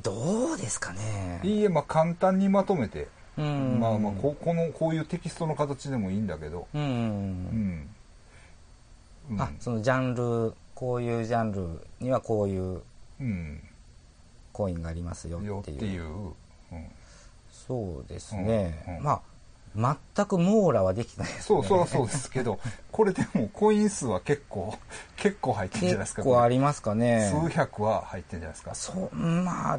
どうですかねいいえまあ簡単にまとめて、うんまあまあここのこういうテキストの形でもいいんだけどうん、うん、うん、あそのジャンルこういうジャンルにはこういううんコインがありますよよっってていういう、うん、そうですね、うんうんまあ全く網羅はできてないですそねうそらそうですけど これでもコイン数は結構結構入ってんじゃないです結か構ありりますかね数百は入ってんじゃないですかそうまあ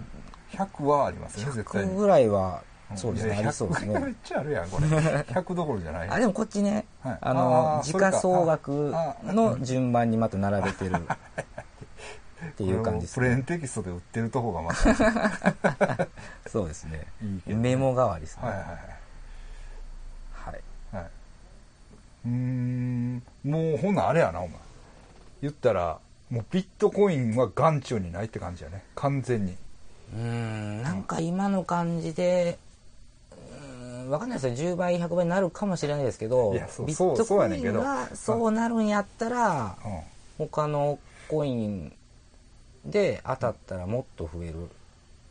100はありますね絶対100にぐらいはんそうですねいあやりそうです100めねっちゃあるやんこれ100どころじゃない あでもこっちね、はいあのあー時価総額それかあの順番にまた並べてるっていう感じですこれをプレーンねテキストで売ってるとこがまたそうですねいいけどメモ代わりですねはいはいはいはいはいうーんもうほんなんあれやなお前言ったらもうビットコインは眼中にないって感じやね完全にうーんなんか今の感じで分かんないですよ10倍100倍になるかもしれないですけどいやそうビットそうそうコやねイんけンどがそうなるんやったらうん他のコインで当たったらもっと増える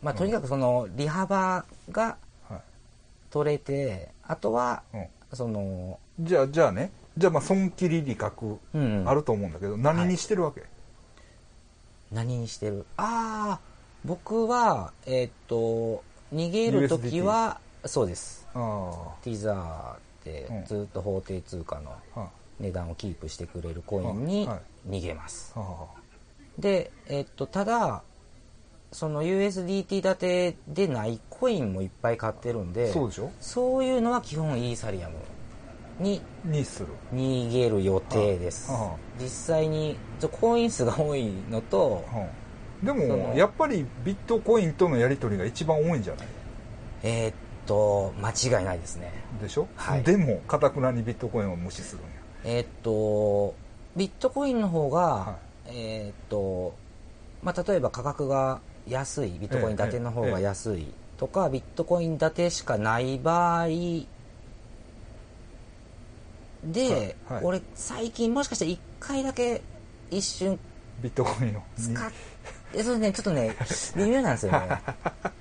まあとにかくその利幅がは、取れてあとはいうんそのじゃあじゃあねじゃあまあ損切り利確うんうんあると思うんだけど、何にしてるわけ、何にしてるああ僕はえーっと逃げる時はそうですあティザーでうんずっと法定通貨のあは値段をキープしてくれるコインには逃げますあはでえーっとただその USDT 建てでないコインもいっぱい買ってるんあでそうでしょそういうのは基本イーサリアムににする逃げる予定ですああ実際にちょコイン数が多いのとでそものやっぱりビットコインとのやり取りが一番多いんじゃないえーっと間違いないですねでしょ、はいでもかたくなにビットコインは無視するんやえーっとビットコインの方が、はえーっと、まあ、例えば価格が安いビットコイン建ての方が安いとか、ビットコイン建てしかない場合で、はいはい俺最近もしかして1回だけ一瞬ビットコインを使っえそうねちょっと ね微妙なんですよね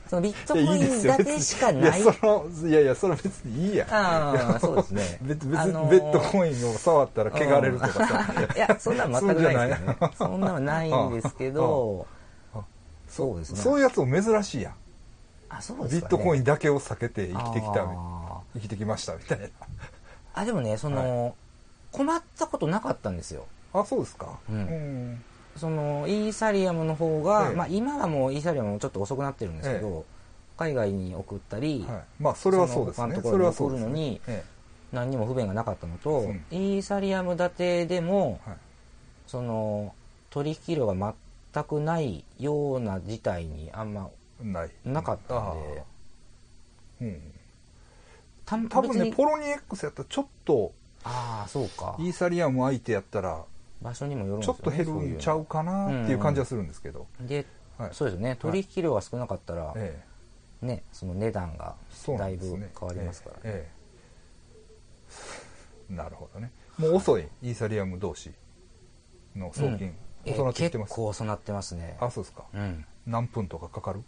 そのビットコイいやいいでンすよ建てしかいやないそのいやいやそれ別にいいやああそうですね 別別あのーベッドコインを触ったら汚れるとかさうん いやそんなん全くないですけどねそそんなんはないんですけどああそうですねそういうやつも珍しいやんあそうですビかッねトコインだけを避けて生きてきたあ生きてきましたみたいなーあでもねその、困ったことなかったんですよあそうですかうんんそのイーサリアムの方が、ええまあ、今はもうイーサリアムもちょっと遅くなってるんですけど、え海外に送ったり、はい、まあそれはそうですねその他のとそころにれはそうです送るのにえ何にも不便がなかったのと、うんイーサリアム建てでもえはいその取引量が全くないような事態にあんまないなかったんであーうんた多分別ねにポロニ X やったらちょっとああそうかイーサリアム相手やったら場所にもよるんちですょよっねと減るんちゃうかなっていう感じはするんですけど、そういうので、はいそうですよね取引量が少なかったら、ええねその値段がそうなだんいですぶね変わりますから、ねえええ えなるほどねもう遅いイーサリアム同士の送金、え遅なってきて結ます構遅なってますねあそうですかうん何分とかかかる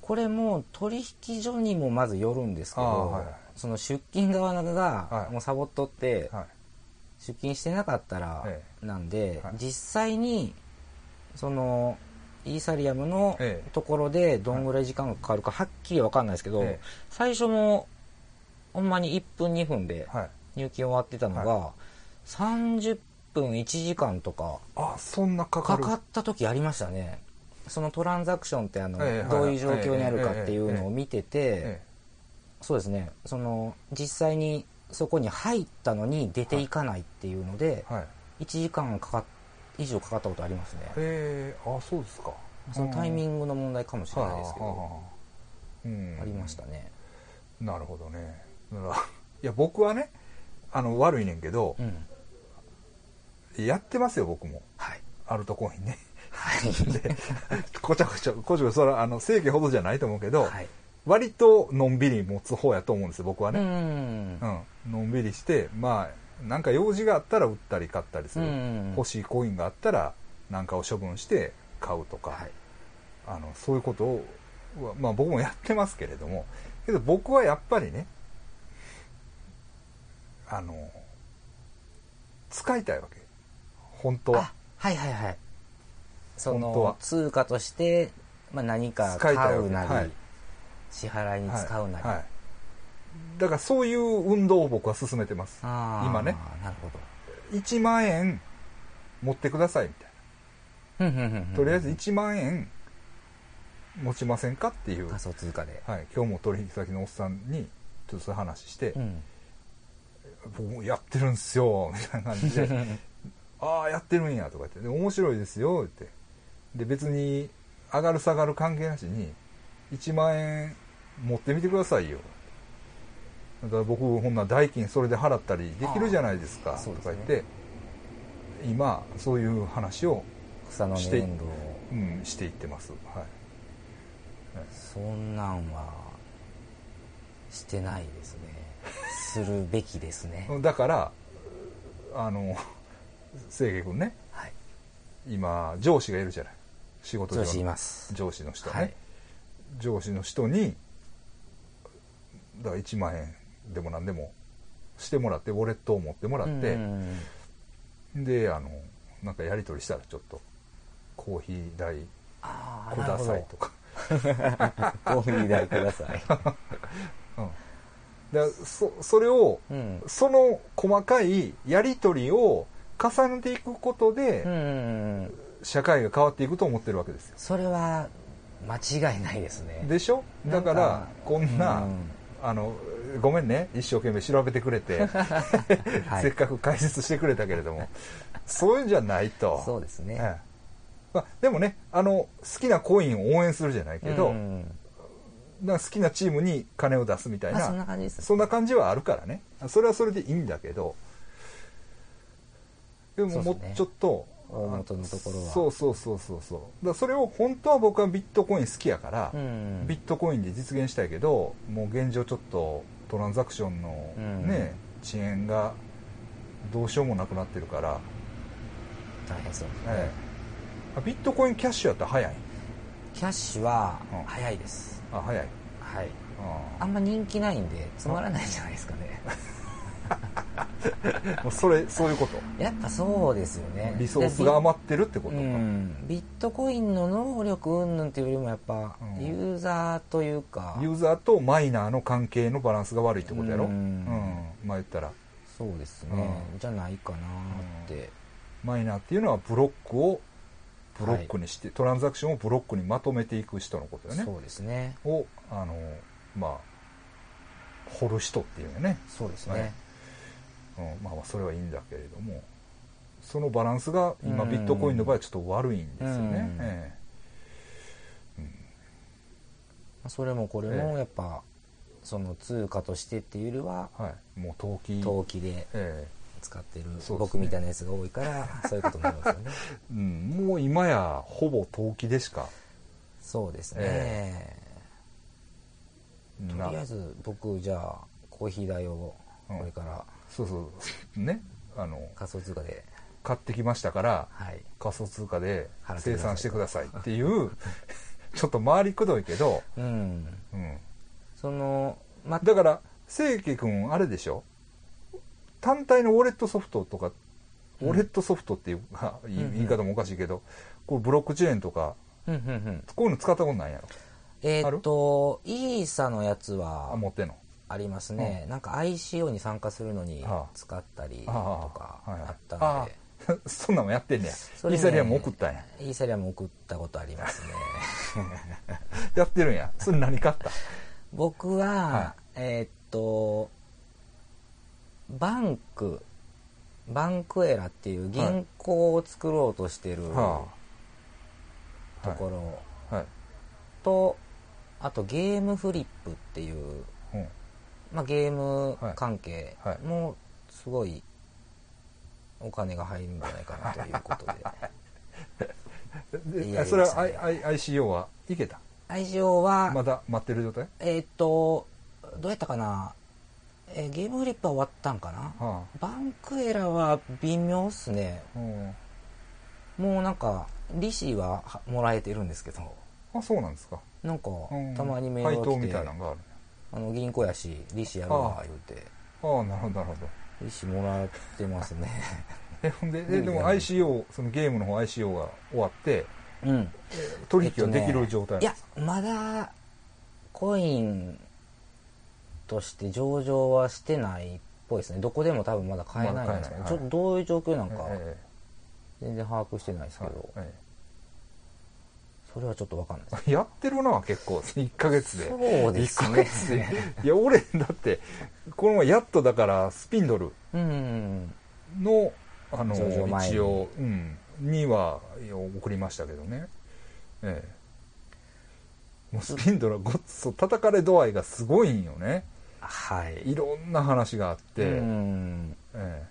これも取引所にもまずよるんですけど、あーはいはいその出勤側はがいもうサボっとって、はい出勤してなかったらえなんで、はい実際にそのイーサリアムのええところでどんぐらい時間がかかるかはっきりわかんないですけど、ええ最初もほんまに1分2分ではい入金終わってたのが、30分1時間とかあそんなかかかるかった時ありましたねそのトランザクションってあの、ええどうはいいう状況にあるかっていええうえのえを見てて、えそうですねその実際にそこに入ったのに出ていかないっていうので、えはい1時間かかっ以上かかったことありますねえー、あそうですかそのタイミグングの問題かもしれないですけどうん、ありましたねなるほどねだから いや僕はねあの悪いねんけどう、んやってますよ僕もはいあるとこにねはいでこちゃこちゃこちゃこちゃそれはあの正義ほどじゃないと思うけど、はい割とのんびり持つ方やと思うんですよ僕はうね、んうんのんびりしてまあなんか用事があったら売ったり買ったりする、うん欲しいコインがあったら何かを処分して買うとか、はいあのそういうことを、まあ、僕もやってますけれどもけど僕はやっぱりねあの使いたいわけ本当はあはいはいはいそ本当はの通貨として、まあ、何か使買いたいわけうなり、はい支払いに使うなり、はいはいだからそういう運動を僕は進めてますあー今ねなるほど1万円持ってくださいみたいふんふんふんふんなとりあえず1万円持ちませんかっていう、は仮想通貨で、い、今日も取引先のおっさんにちょっとそういう話して、うん僕もやってるんすよみたいな感じ でああやってるんやとか言ってで面白いですよってで別に上がる下がる関係なしに1万円持ってみてくださいよだから僕ほんなら代金それで払ったりできるじゃないですかあーとそうですかね言って、今そういう話を、草のして根運動うん、していってます、はい、そんなんはしてないですねするべきですねだからあの清家君ねはい今上司がいるじゃない仕事上上の司います上司の人ね、はい上司の人にだから1万円でも何でもしてもらってウォレットを持ってもらってうん、うんうんであのなんかやり取りしたらちょっとコーヒー代ああくださいとか、 コーヒー代くださいうん、だからそそれをうんその細かいやり取りを重ねていくことで、うんうんうん社会が変わっていくと思ってるわけですよそれは間違いないですねでしょだからなんかこんな、うんあのごめんね一生懸命調べてくれて、 はいせっかく解説してくれたけれどもそういうんじゃないとそうですね、ええまあ、でもねあの好きなコインを応援するじゃないけど、うんうんなんか好きなチームに金を出すみたいまなあ、そんな感じですそんな感じはあるからねそれはそれでいいんだけどでもそもうですねうちょっと大元のところはそうそうそうそうそうだからそれを本当は僕はビットコイン好きやから、うんビットコインで実現したいけどもう現状ちょっとトランザクションのうんね、遅延がどうしようもなくなってるから、大変そうええあビットコインキャッシュやったら早いキャッシュはうん早いです、あ早いはいああんま人気ないんでつまらないじゃないですかね あもうそれそういうことやっぱそうですよねリソースがま余ってるってことか、うんビットコインの能力云々っていうよりもやっぱうんユーザーというか、ユーザーとマイナーの関係のバランスが悪いってことやろ、ううんんまあ言ったらそうですね、じゃないかなって、マイナーっていうのはブロックをブロックにして、トランザクションをブロックにまとめていく人のことよねそうですねをあのまあ掘る人っていうね、そうですね、はいうん、まあまあそれはいいんだけれどもそのバランスが今うんビットコインの場合はちょっと悪いんですようねん、えまあそれもこれえもやっぱ、その通貨としてっていうよりはえはい、もう投機投機でえ使ってる、そうですね僕みたいなやつが多いからそういうことになるんですよ ねえうん、もう今やほぼ投機でしかそうですね、えとりあえず僕じゃあコーヒー代をこれからそうそうねあの仮想通貨で、買ってきましたからはい仮想通貨で払ってください生産してくださいっていう ちょっと回りくどいけど、うんうん、そのまだから清家君あれでしょ単体のウォレットソフトとかウォレットソフトっていうか言いうんうん言い方もおかしいけどこれブロックチェーンとかうんうんうんこういうの使ったことないやろえーっとイーサのやつあは持ってんのありますね、なんか ICO に参加するのにああ使ったりとあかあはいあったあのであそんなんもやってんねやそイれーねサリアム送ったんやイーサリアム送ったことあります ねやってるんやそれ何買った僕は、はえーっとバンクバンクエラっていう銀行を作ろうとしてるはあところあはいと、あとゲームフリップっていう、うんまあ、ゲーム関係はいはいもすごいお金が入るんじゃないかなということででいやそれは、いいです I I ICO はいけた愛情は、まだ待ってる状態えーっとどうやったかな、えーゲームフリップは終わったんかなはバンクエラは微妙っすねあ、うんもうなんか利子ははもらえてるんですけどあそうなんですか、なんかうんたまにメールが配当来みてたいなのがあるねあの銀行やし利子やるあわあ言うてああなるほどなるほど利子もらってます ねえほんでどういえうでも感 ICO そのゲームの方 ICO が終わってうん取引はえっとでねきる状態、いやまだコインとして上場はしてないっぽいですねどこでも多分まだ買えないんですけど、まだ買ちょえっないとどういう状況なんえかえ全然把握してないですえけど、はいそれはちょっと分かんないですええ やってるな結構1ヶ月でそうですね1ヶ月でいや俺だってこの前やっとだからスピンドルうんのあの上場前に一応、うん、には送りましたけどね、ええ、もうスピンドラごっそ叩かれ度合いがすごいんよねはいいろんな話があって、うんえ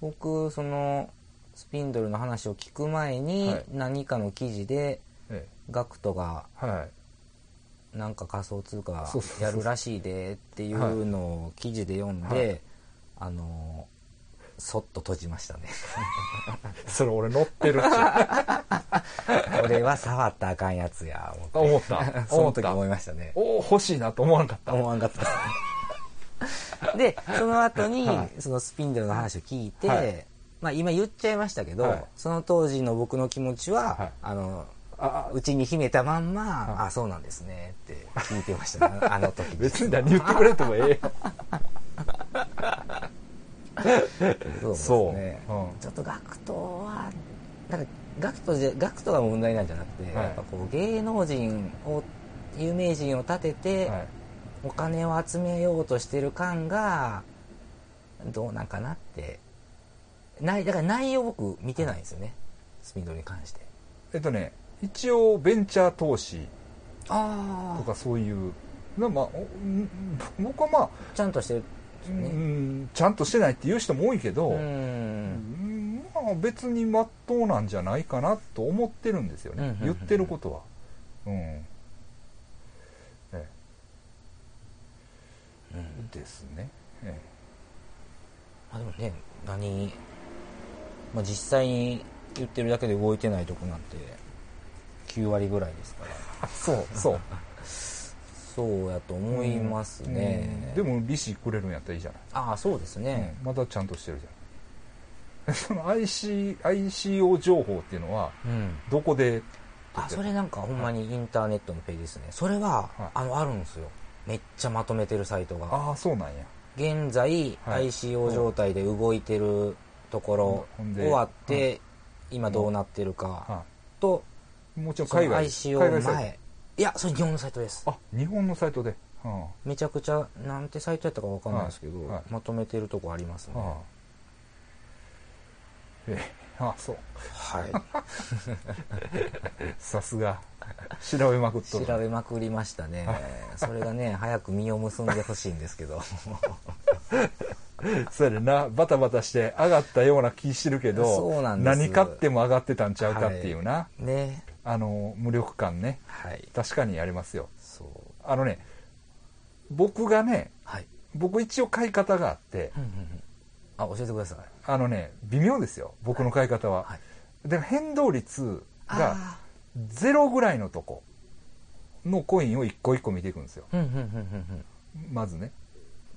僕そのスピンドルの話を聞く前にはい何かの記事でええガクトがえはいなんか仮想通貨そうそうそうやるらしいでっていうのを記事で読んで、はいあのーそっと閉じましたね それ俺乗ってるってあこれは触ったらあかんやつや思って 思ったそ思のっ時た思いましたねおお欲しいなと思わなかった思わんかった でその後に、はそのスピンドルの話を聞いて、はいまあ、今言っちゃいましたけど、はいその当時の僕の気持ちは、はいあのああうちに秘めたまんま、はあそうなんですねって聞いてましたね あの時別に何言ってくれてもええよそうそう、ですねうんちょっと学徒はなんか学徒じゃ学徒が問題なんじゃなくて、はいやっぱこう芸能人を有名人を立てて、はいお金を集めようとしてる感がどうなんかなってないだから内容僕見てないんですよね、スピードルに関してえっとね一応ベンチャー投資あとかそういうなまあおん僕はまあちゃんとしてるんですうよねんちゃんとしてないっていう人も多いけど、ううんんまあ別に真っ当なんじゃないかなと思ってるんですよね、うんうんうん言ってることは、うんええうんですね、えまあでもね何、まあ、実際に言ってるだけで動いてないとこなんて9割ぐらいですかえ、ら そうそう そうやと思いますね、うんでも利子くれるんやったらいいじゃない、ああそうですね、うんまだちゃんとしてるじゃん その IC ICO 情報っていうのはうんどこであそれなんかほんまにインターネットのページですねそれは、はいあのあるんですよめっちゃまとめてるサイトがああそうなんや現在、はい ICO 状態で動いてるところ、ほんで終わって、今どうなってるかはと、いもちろんその海外海 ICO 外サイ前いやそれ日本のサイトですトあ日本のサイトで、うんめちゃくちゃなんてサイトやったかわかんないですけど、はいはいまとめてるとこありますねああええあそう はいさすが調べまくっとる調べまくりましたねそれがね早く実を結んでほしいんです けどそうやでなバタバタして上がったような気してるけどそうなんです何買っても上がってたんちゃうかっていうな、ねあの無力感ねはい確かにありますよそうあのね僕がねはい僕一応買い方があってうんうんうんあ教えてくださいあのね微妙ですよ僕の買い方は、はいでも変動率があゼロぐらいのとこのコインを一個一個見ていくんですよーうんうんうんうんうんまずね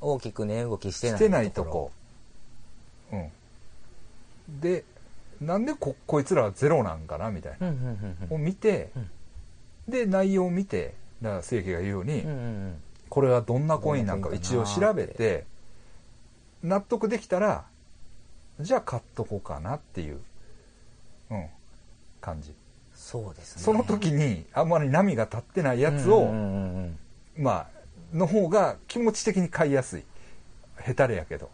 大きく値、動きしてないしてないとこうんでなんでここいつらはゼロなんかなみたいうな、んうんうんうをん見て、で内容を見てだから正規が言うように、うんうんこれはどんなコインなんかをどんなコ一イン応かな調べて納得できたらじゃあ買っとこうかなっていう、うん、感じそうですねその時にあんまり波が立ってないやつを、うんうんうんうんま あの方が気持ち的に買いやすい下手れやけど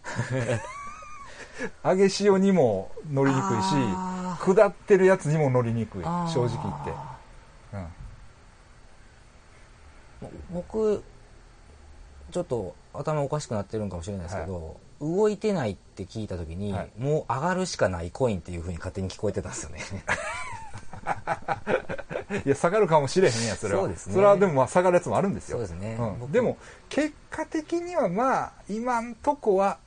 上げ潮にも乗りにくいしあー下ってるやつにも乗りにくいあー正直言って、うん、もう僕ちょっと頭おかしくなってるんかもしれないですけど、動いてないって聞いた時に、はいもう上がるしかないコインっていうふうに勝手に聞こえてたんで すよねいや下がるかもしれへんやんそれはそうですねれはでもまあ下がるやつもあるんですよそうですねうん僕でも結果的にはまあ今んとこは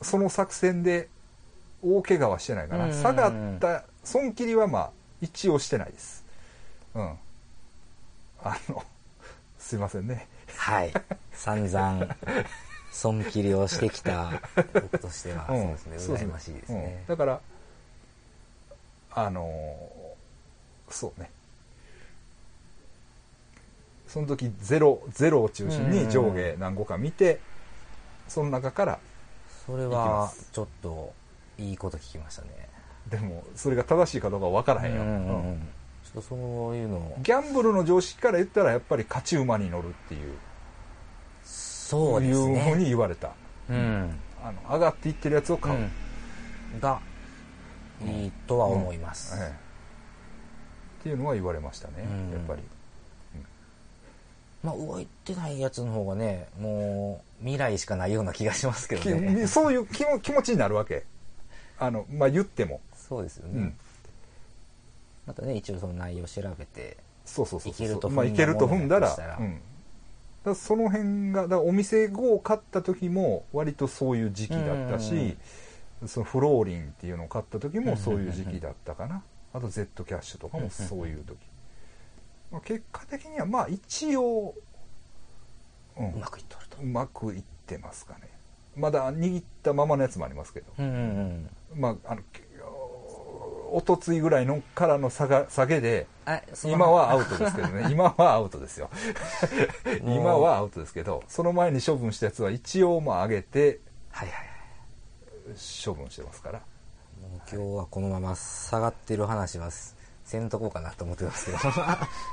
その作戦で大怪我はしてないかうなん下がった損切りはまあ一応してないですうんあのすいませんねはい散々損切りをしてきた僕としては、んそうですね羨ましいですねうん、だからあのーそうねその時ゼロゼロを中心に上下何個か見て、その中からそれいきまはすちょっといいこと聞きましたねでもそれが正しいかどうか分からへんよ、うんうんううんんちょっとそういうのをギャンブルの常識から言ったらやっぱり勝ち馬に乗るっていうそうでいすうふうねに言われたうんあの上がっていってるやつを買う、うんがいいとは思います、ええっていうのは言われましたね、うんやっぱりまあ、動いてないやつの方がね、もう、未来しかないような気がしますけどね。きそういう気も気持ちになるわけあのまあ言っても、そうですようね。ん、またね、一応その内容調べて。そうそうそうそういけると踏んだまあいけると踏んだらものだとしたらうん、だからその辺がだからお店号を買った時も割とそういう時期だったうんし、そのフローリンっていうのを買った時もそういう時うんうんうんう期んだったかな、あと Z キャッシュとかうんもうんそういう時、まあ、結果的にはまあ一応、うんうまくいっとるとう。まくいってますかねまだ握ったままのやつもありますけどうんうんうん。まあ、あのきおとついぐらいのからの下が下げであ、今はアウトですけどね今はアウト ですよもう今はアウトですけどその前に処分したやつは一応まあ上げてはいはいは処分してますからい。もう今日はこのまま下がってる話はせんとこうかなと思ってますけど。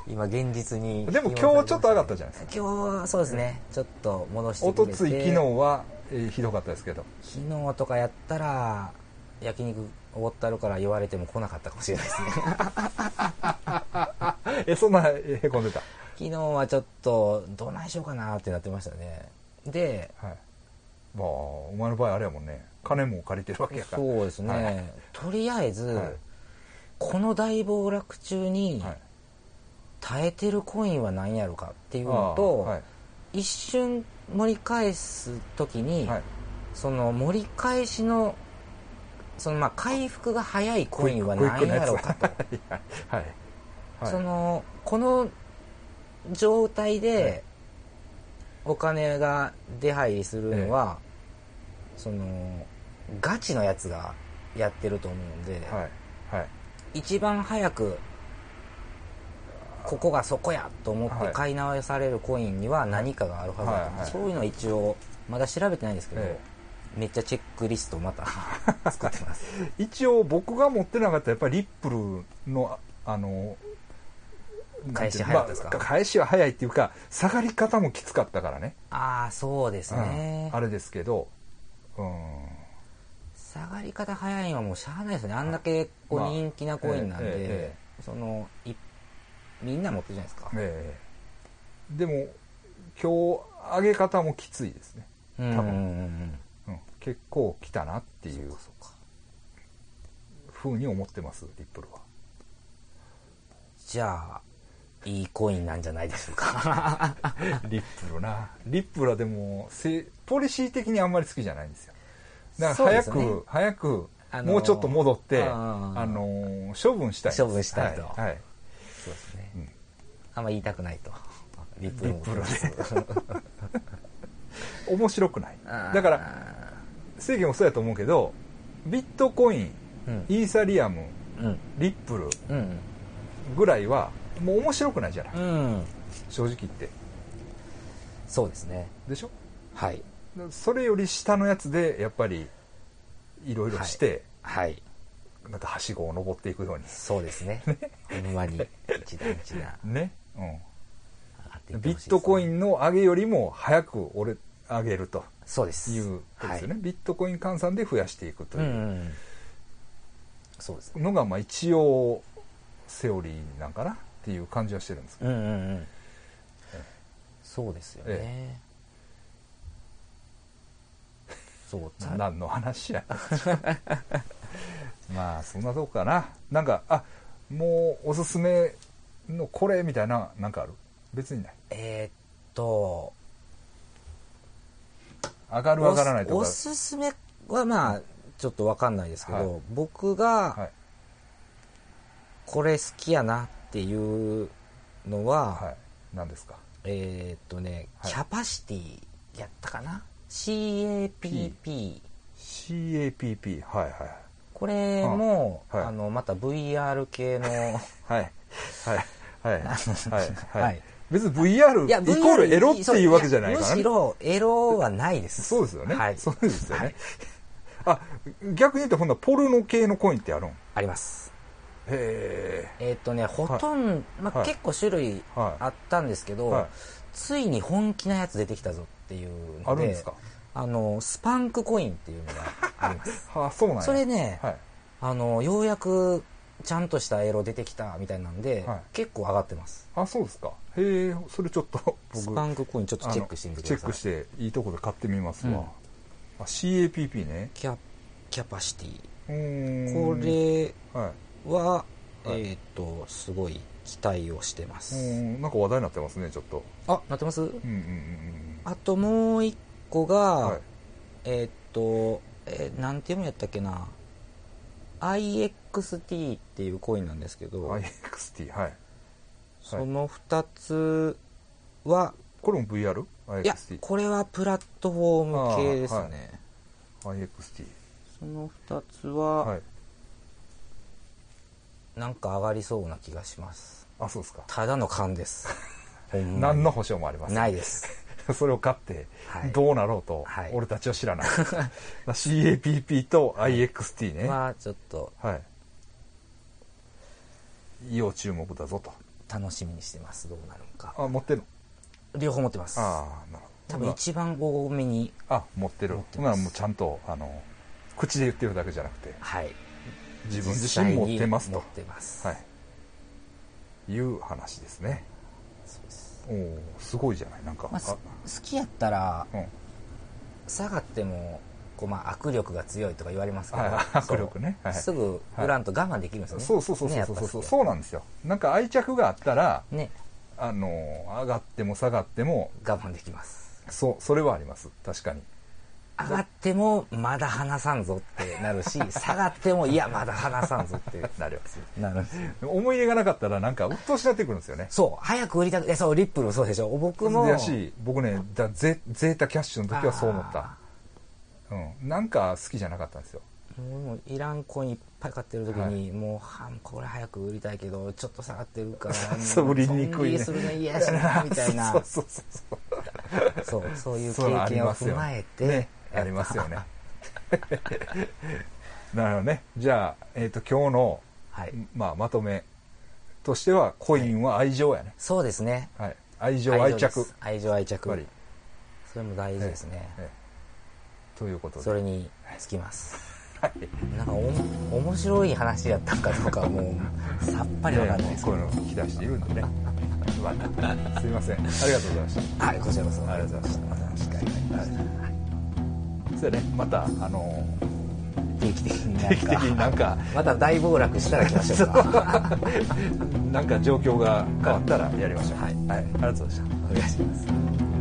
今現実に。でも今日ちょっと上がったじゃないですか今日はそうですね。ちょっと戻しておくとれて。つい昨日は、えーひどかったですけど昨日とかやったら焼肉おごったるから言われても来なかったかもしれない ですねえそんなえーへこんでた、昨日はちょっとどないしようかなってなってましたねではい、まあお前の場合あれやもんね金も借りてるわけやからそうですね、はとりあえず、はいこの大暴落中にはい耐えてるコインは何やろかっていうのあと、ーはい一瞬盛り返す時に、はいその盛り返しのそのまあ回復が早いコインはクイック何なややつろうかと はいはいそのこの状態でお金が出入りするのは、そのガチのやつがやってると思うんで、はいはい一番早くここがそこやと思ってはい買い直されるコインには何かがあるはずだと思う、はいはいそういうのは一応まだ調べてないんですけど、えめっちゃチェックリストまた 作ってます一応僕が持ってなかったやっぱりリップルのああのなん返てしいう早かったですかまあ返しは早いっていうか下がり方もきつかったからねああそうですね、うんあれですけどうん下がり方早いのはもうしゃあないですよねあんだけこうまあ人気なコインなんで、ええそのいみんな持ってるじゃないですか、ええでも今日上げ方もきついですね、うんうん多う分んうんうん、結構来たなっていうそうかふうに思ってますリップルはじゃあいいコインなんじゃないでしょうか リップルなリップルはでもせポリシー的にあんまり好きじゃないんですよだから早そうく、ですよね早くあのーもうちょっと戻って、うんあのー処分したいです処分したいとはいはいそうですね、うんあんま言いたくないとリップリップルルも面白くないあ ーだから制限もそうやと思うけどビットコインうんイーサリアムうんリップルうんぐらいはもう面白くないじゃない、うん正直言ってそうですねでしょはいだからそれより下のやつでやっぱりいろいろして、はいなんかはしごを登っていくようにそうです ねほんまに一段一段ね、うん上がっていってほしいですねビットコインの上げよりも早く俺上げるとそうですいうことですよね、はビットコイン換算で増やしていくとい、うんいううんそうですねのが、まあ、一応セオリーなんかなっていう感じはしてるんですけどうんうんうんそうですよね、えそうざ何の話やまあそんなとこかななんかあもうおすすめのこれみたいななんかある別にないえーっと上がる上がらないとおかすおすすめはまあちょっとわかんないですけど、はい僕がはいこれ好きやなっていうのは、はい何ですかえーっとね、はいキャパシティやったかな CAPP CAPP はいはこれも、はいあのまた VR 系のいはいはい はいはいはい、はい別に VR イコールエロっていうわけじゃないからそねむしろエロはないですそうですよね、はいそうですよね、あ逆に言うとほんならポルノ系のコインってあるんへありますええーっとねほとんど、まあはい結構種類はいあったんですけど、はいついに本気なやつ出てきたぞっていうのであるんですかあのスパンクコインっていうのがあります はあそうなんやそれね、はいあのようやくちゃんとしたエロ出てきたみたいなんで、はい結構上がってますあそうですかへえそれちょっと僕スパンクコインちょっとチェックしてみてくだチさェッいクしていいとこで買ってみますわ、うんあ CAPP ねキャキャパシティうーこんれはいは、はいえっ、とすごい期待をしてまうす、ーんなんか話題になってますねちょっとあなってます、うんうんうんあともう一個が、うんはいえーっと、えーなんて読むんやったっけな IXT っていうコインなんですけど、 IXT はいその2つは、これも VR? いや IXT これはプラットフォーム系ですね、あーは IXT その2つは、はいなんか上がりそうな気がしますあそうですかただの勘です ほんまに何の保証もありませんないです それを買ってはいどうなろうとはい俺たちは知ら ない CAPP と IXT ねまあちょっとはい要注目だぞと楽しみにしてますどうなるのかあ持ってるの両方持ってますああなる多ほど分一番多めにあ持ってる持ってほんますならもうちゃんとあの口で言ってるだけじゃなくてはい自分自身持ってますと実際に持ってます、はいいう話ですねそうですおおすごいじゃないなんか、まあ、すあ好きやったらうん、はい下がってもこう、まあ、握力が強いとか言われますけど、そう握力ね、はい、すぐ売らんと我慢できるんですよね、そうそうそうねそやうっぱそうそう、好きそうなんですよなんか愛着があったらねあのー上がっても下がっても我慢できますそうそれはあります確かに上がってもまだ離さんぞってなる し下がってもいやまだ離さんぞってなるよなるんですよ思い入れがなかったらなんか鬱陶しなってくるんですよねそう早く売りたくてそうリップルもそうでしょ僕も悔しい僕ねだゼゼータキャッシュの時はそう思ったあ、うん、なんか好きじゃなかったんですよもういらんコインいっぱい買ってる時に、はいもうはこれ早く売りたいけどちょっと下がってるから そう売りにくいね損切りするの嫌やしなみたいな そうそうそうそうそうそういう経そうあり験をますよ踏まえて、ねあります よねなるほどねじゃあ、えー、と今日の、はい、まあ、まとめとしてはコインは愛情やね、そうですねはい愛情愛です着やっ愛情愛ぱ着り、それも大事ですね、ええということでそれにつきますはいなんかおも面白い話やったんかどうかもうさっぱりわかんないですけこうど、いうのを期待しているん でねまたすいませんありがとうございましたはいこちらこそありがとうございましたたはいそうやねまたあの定期的に定期的なんかになんかまた大暴落したら来まし ょうかなんか状況が変わったらやりましょうはいはい、ありがとうございましたお願いします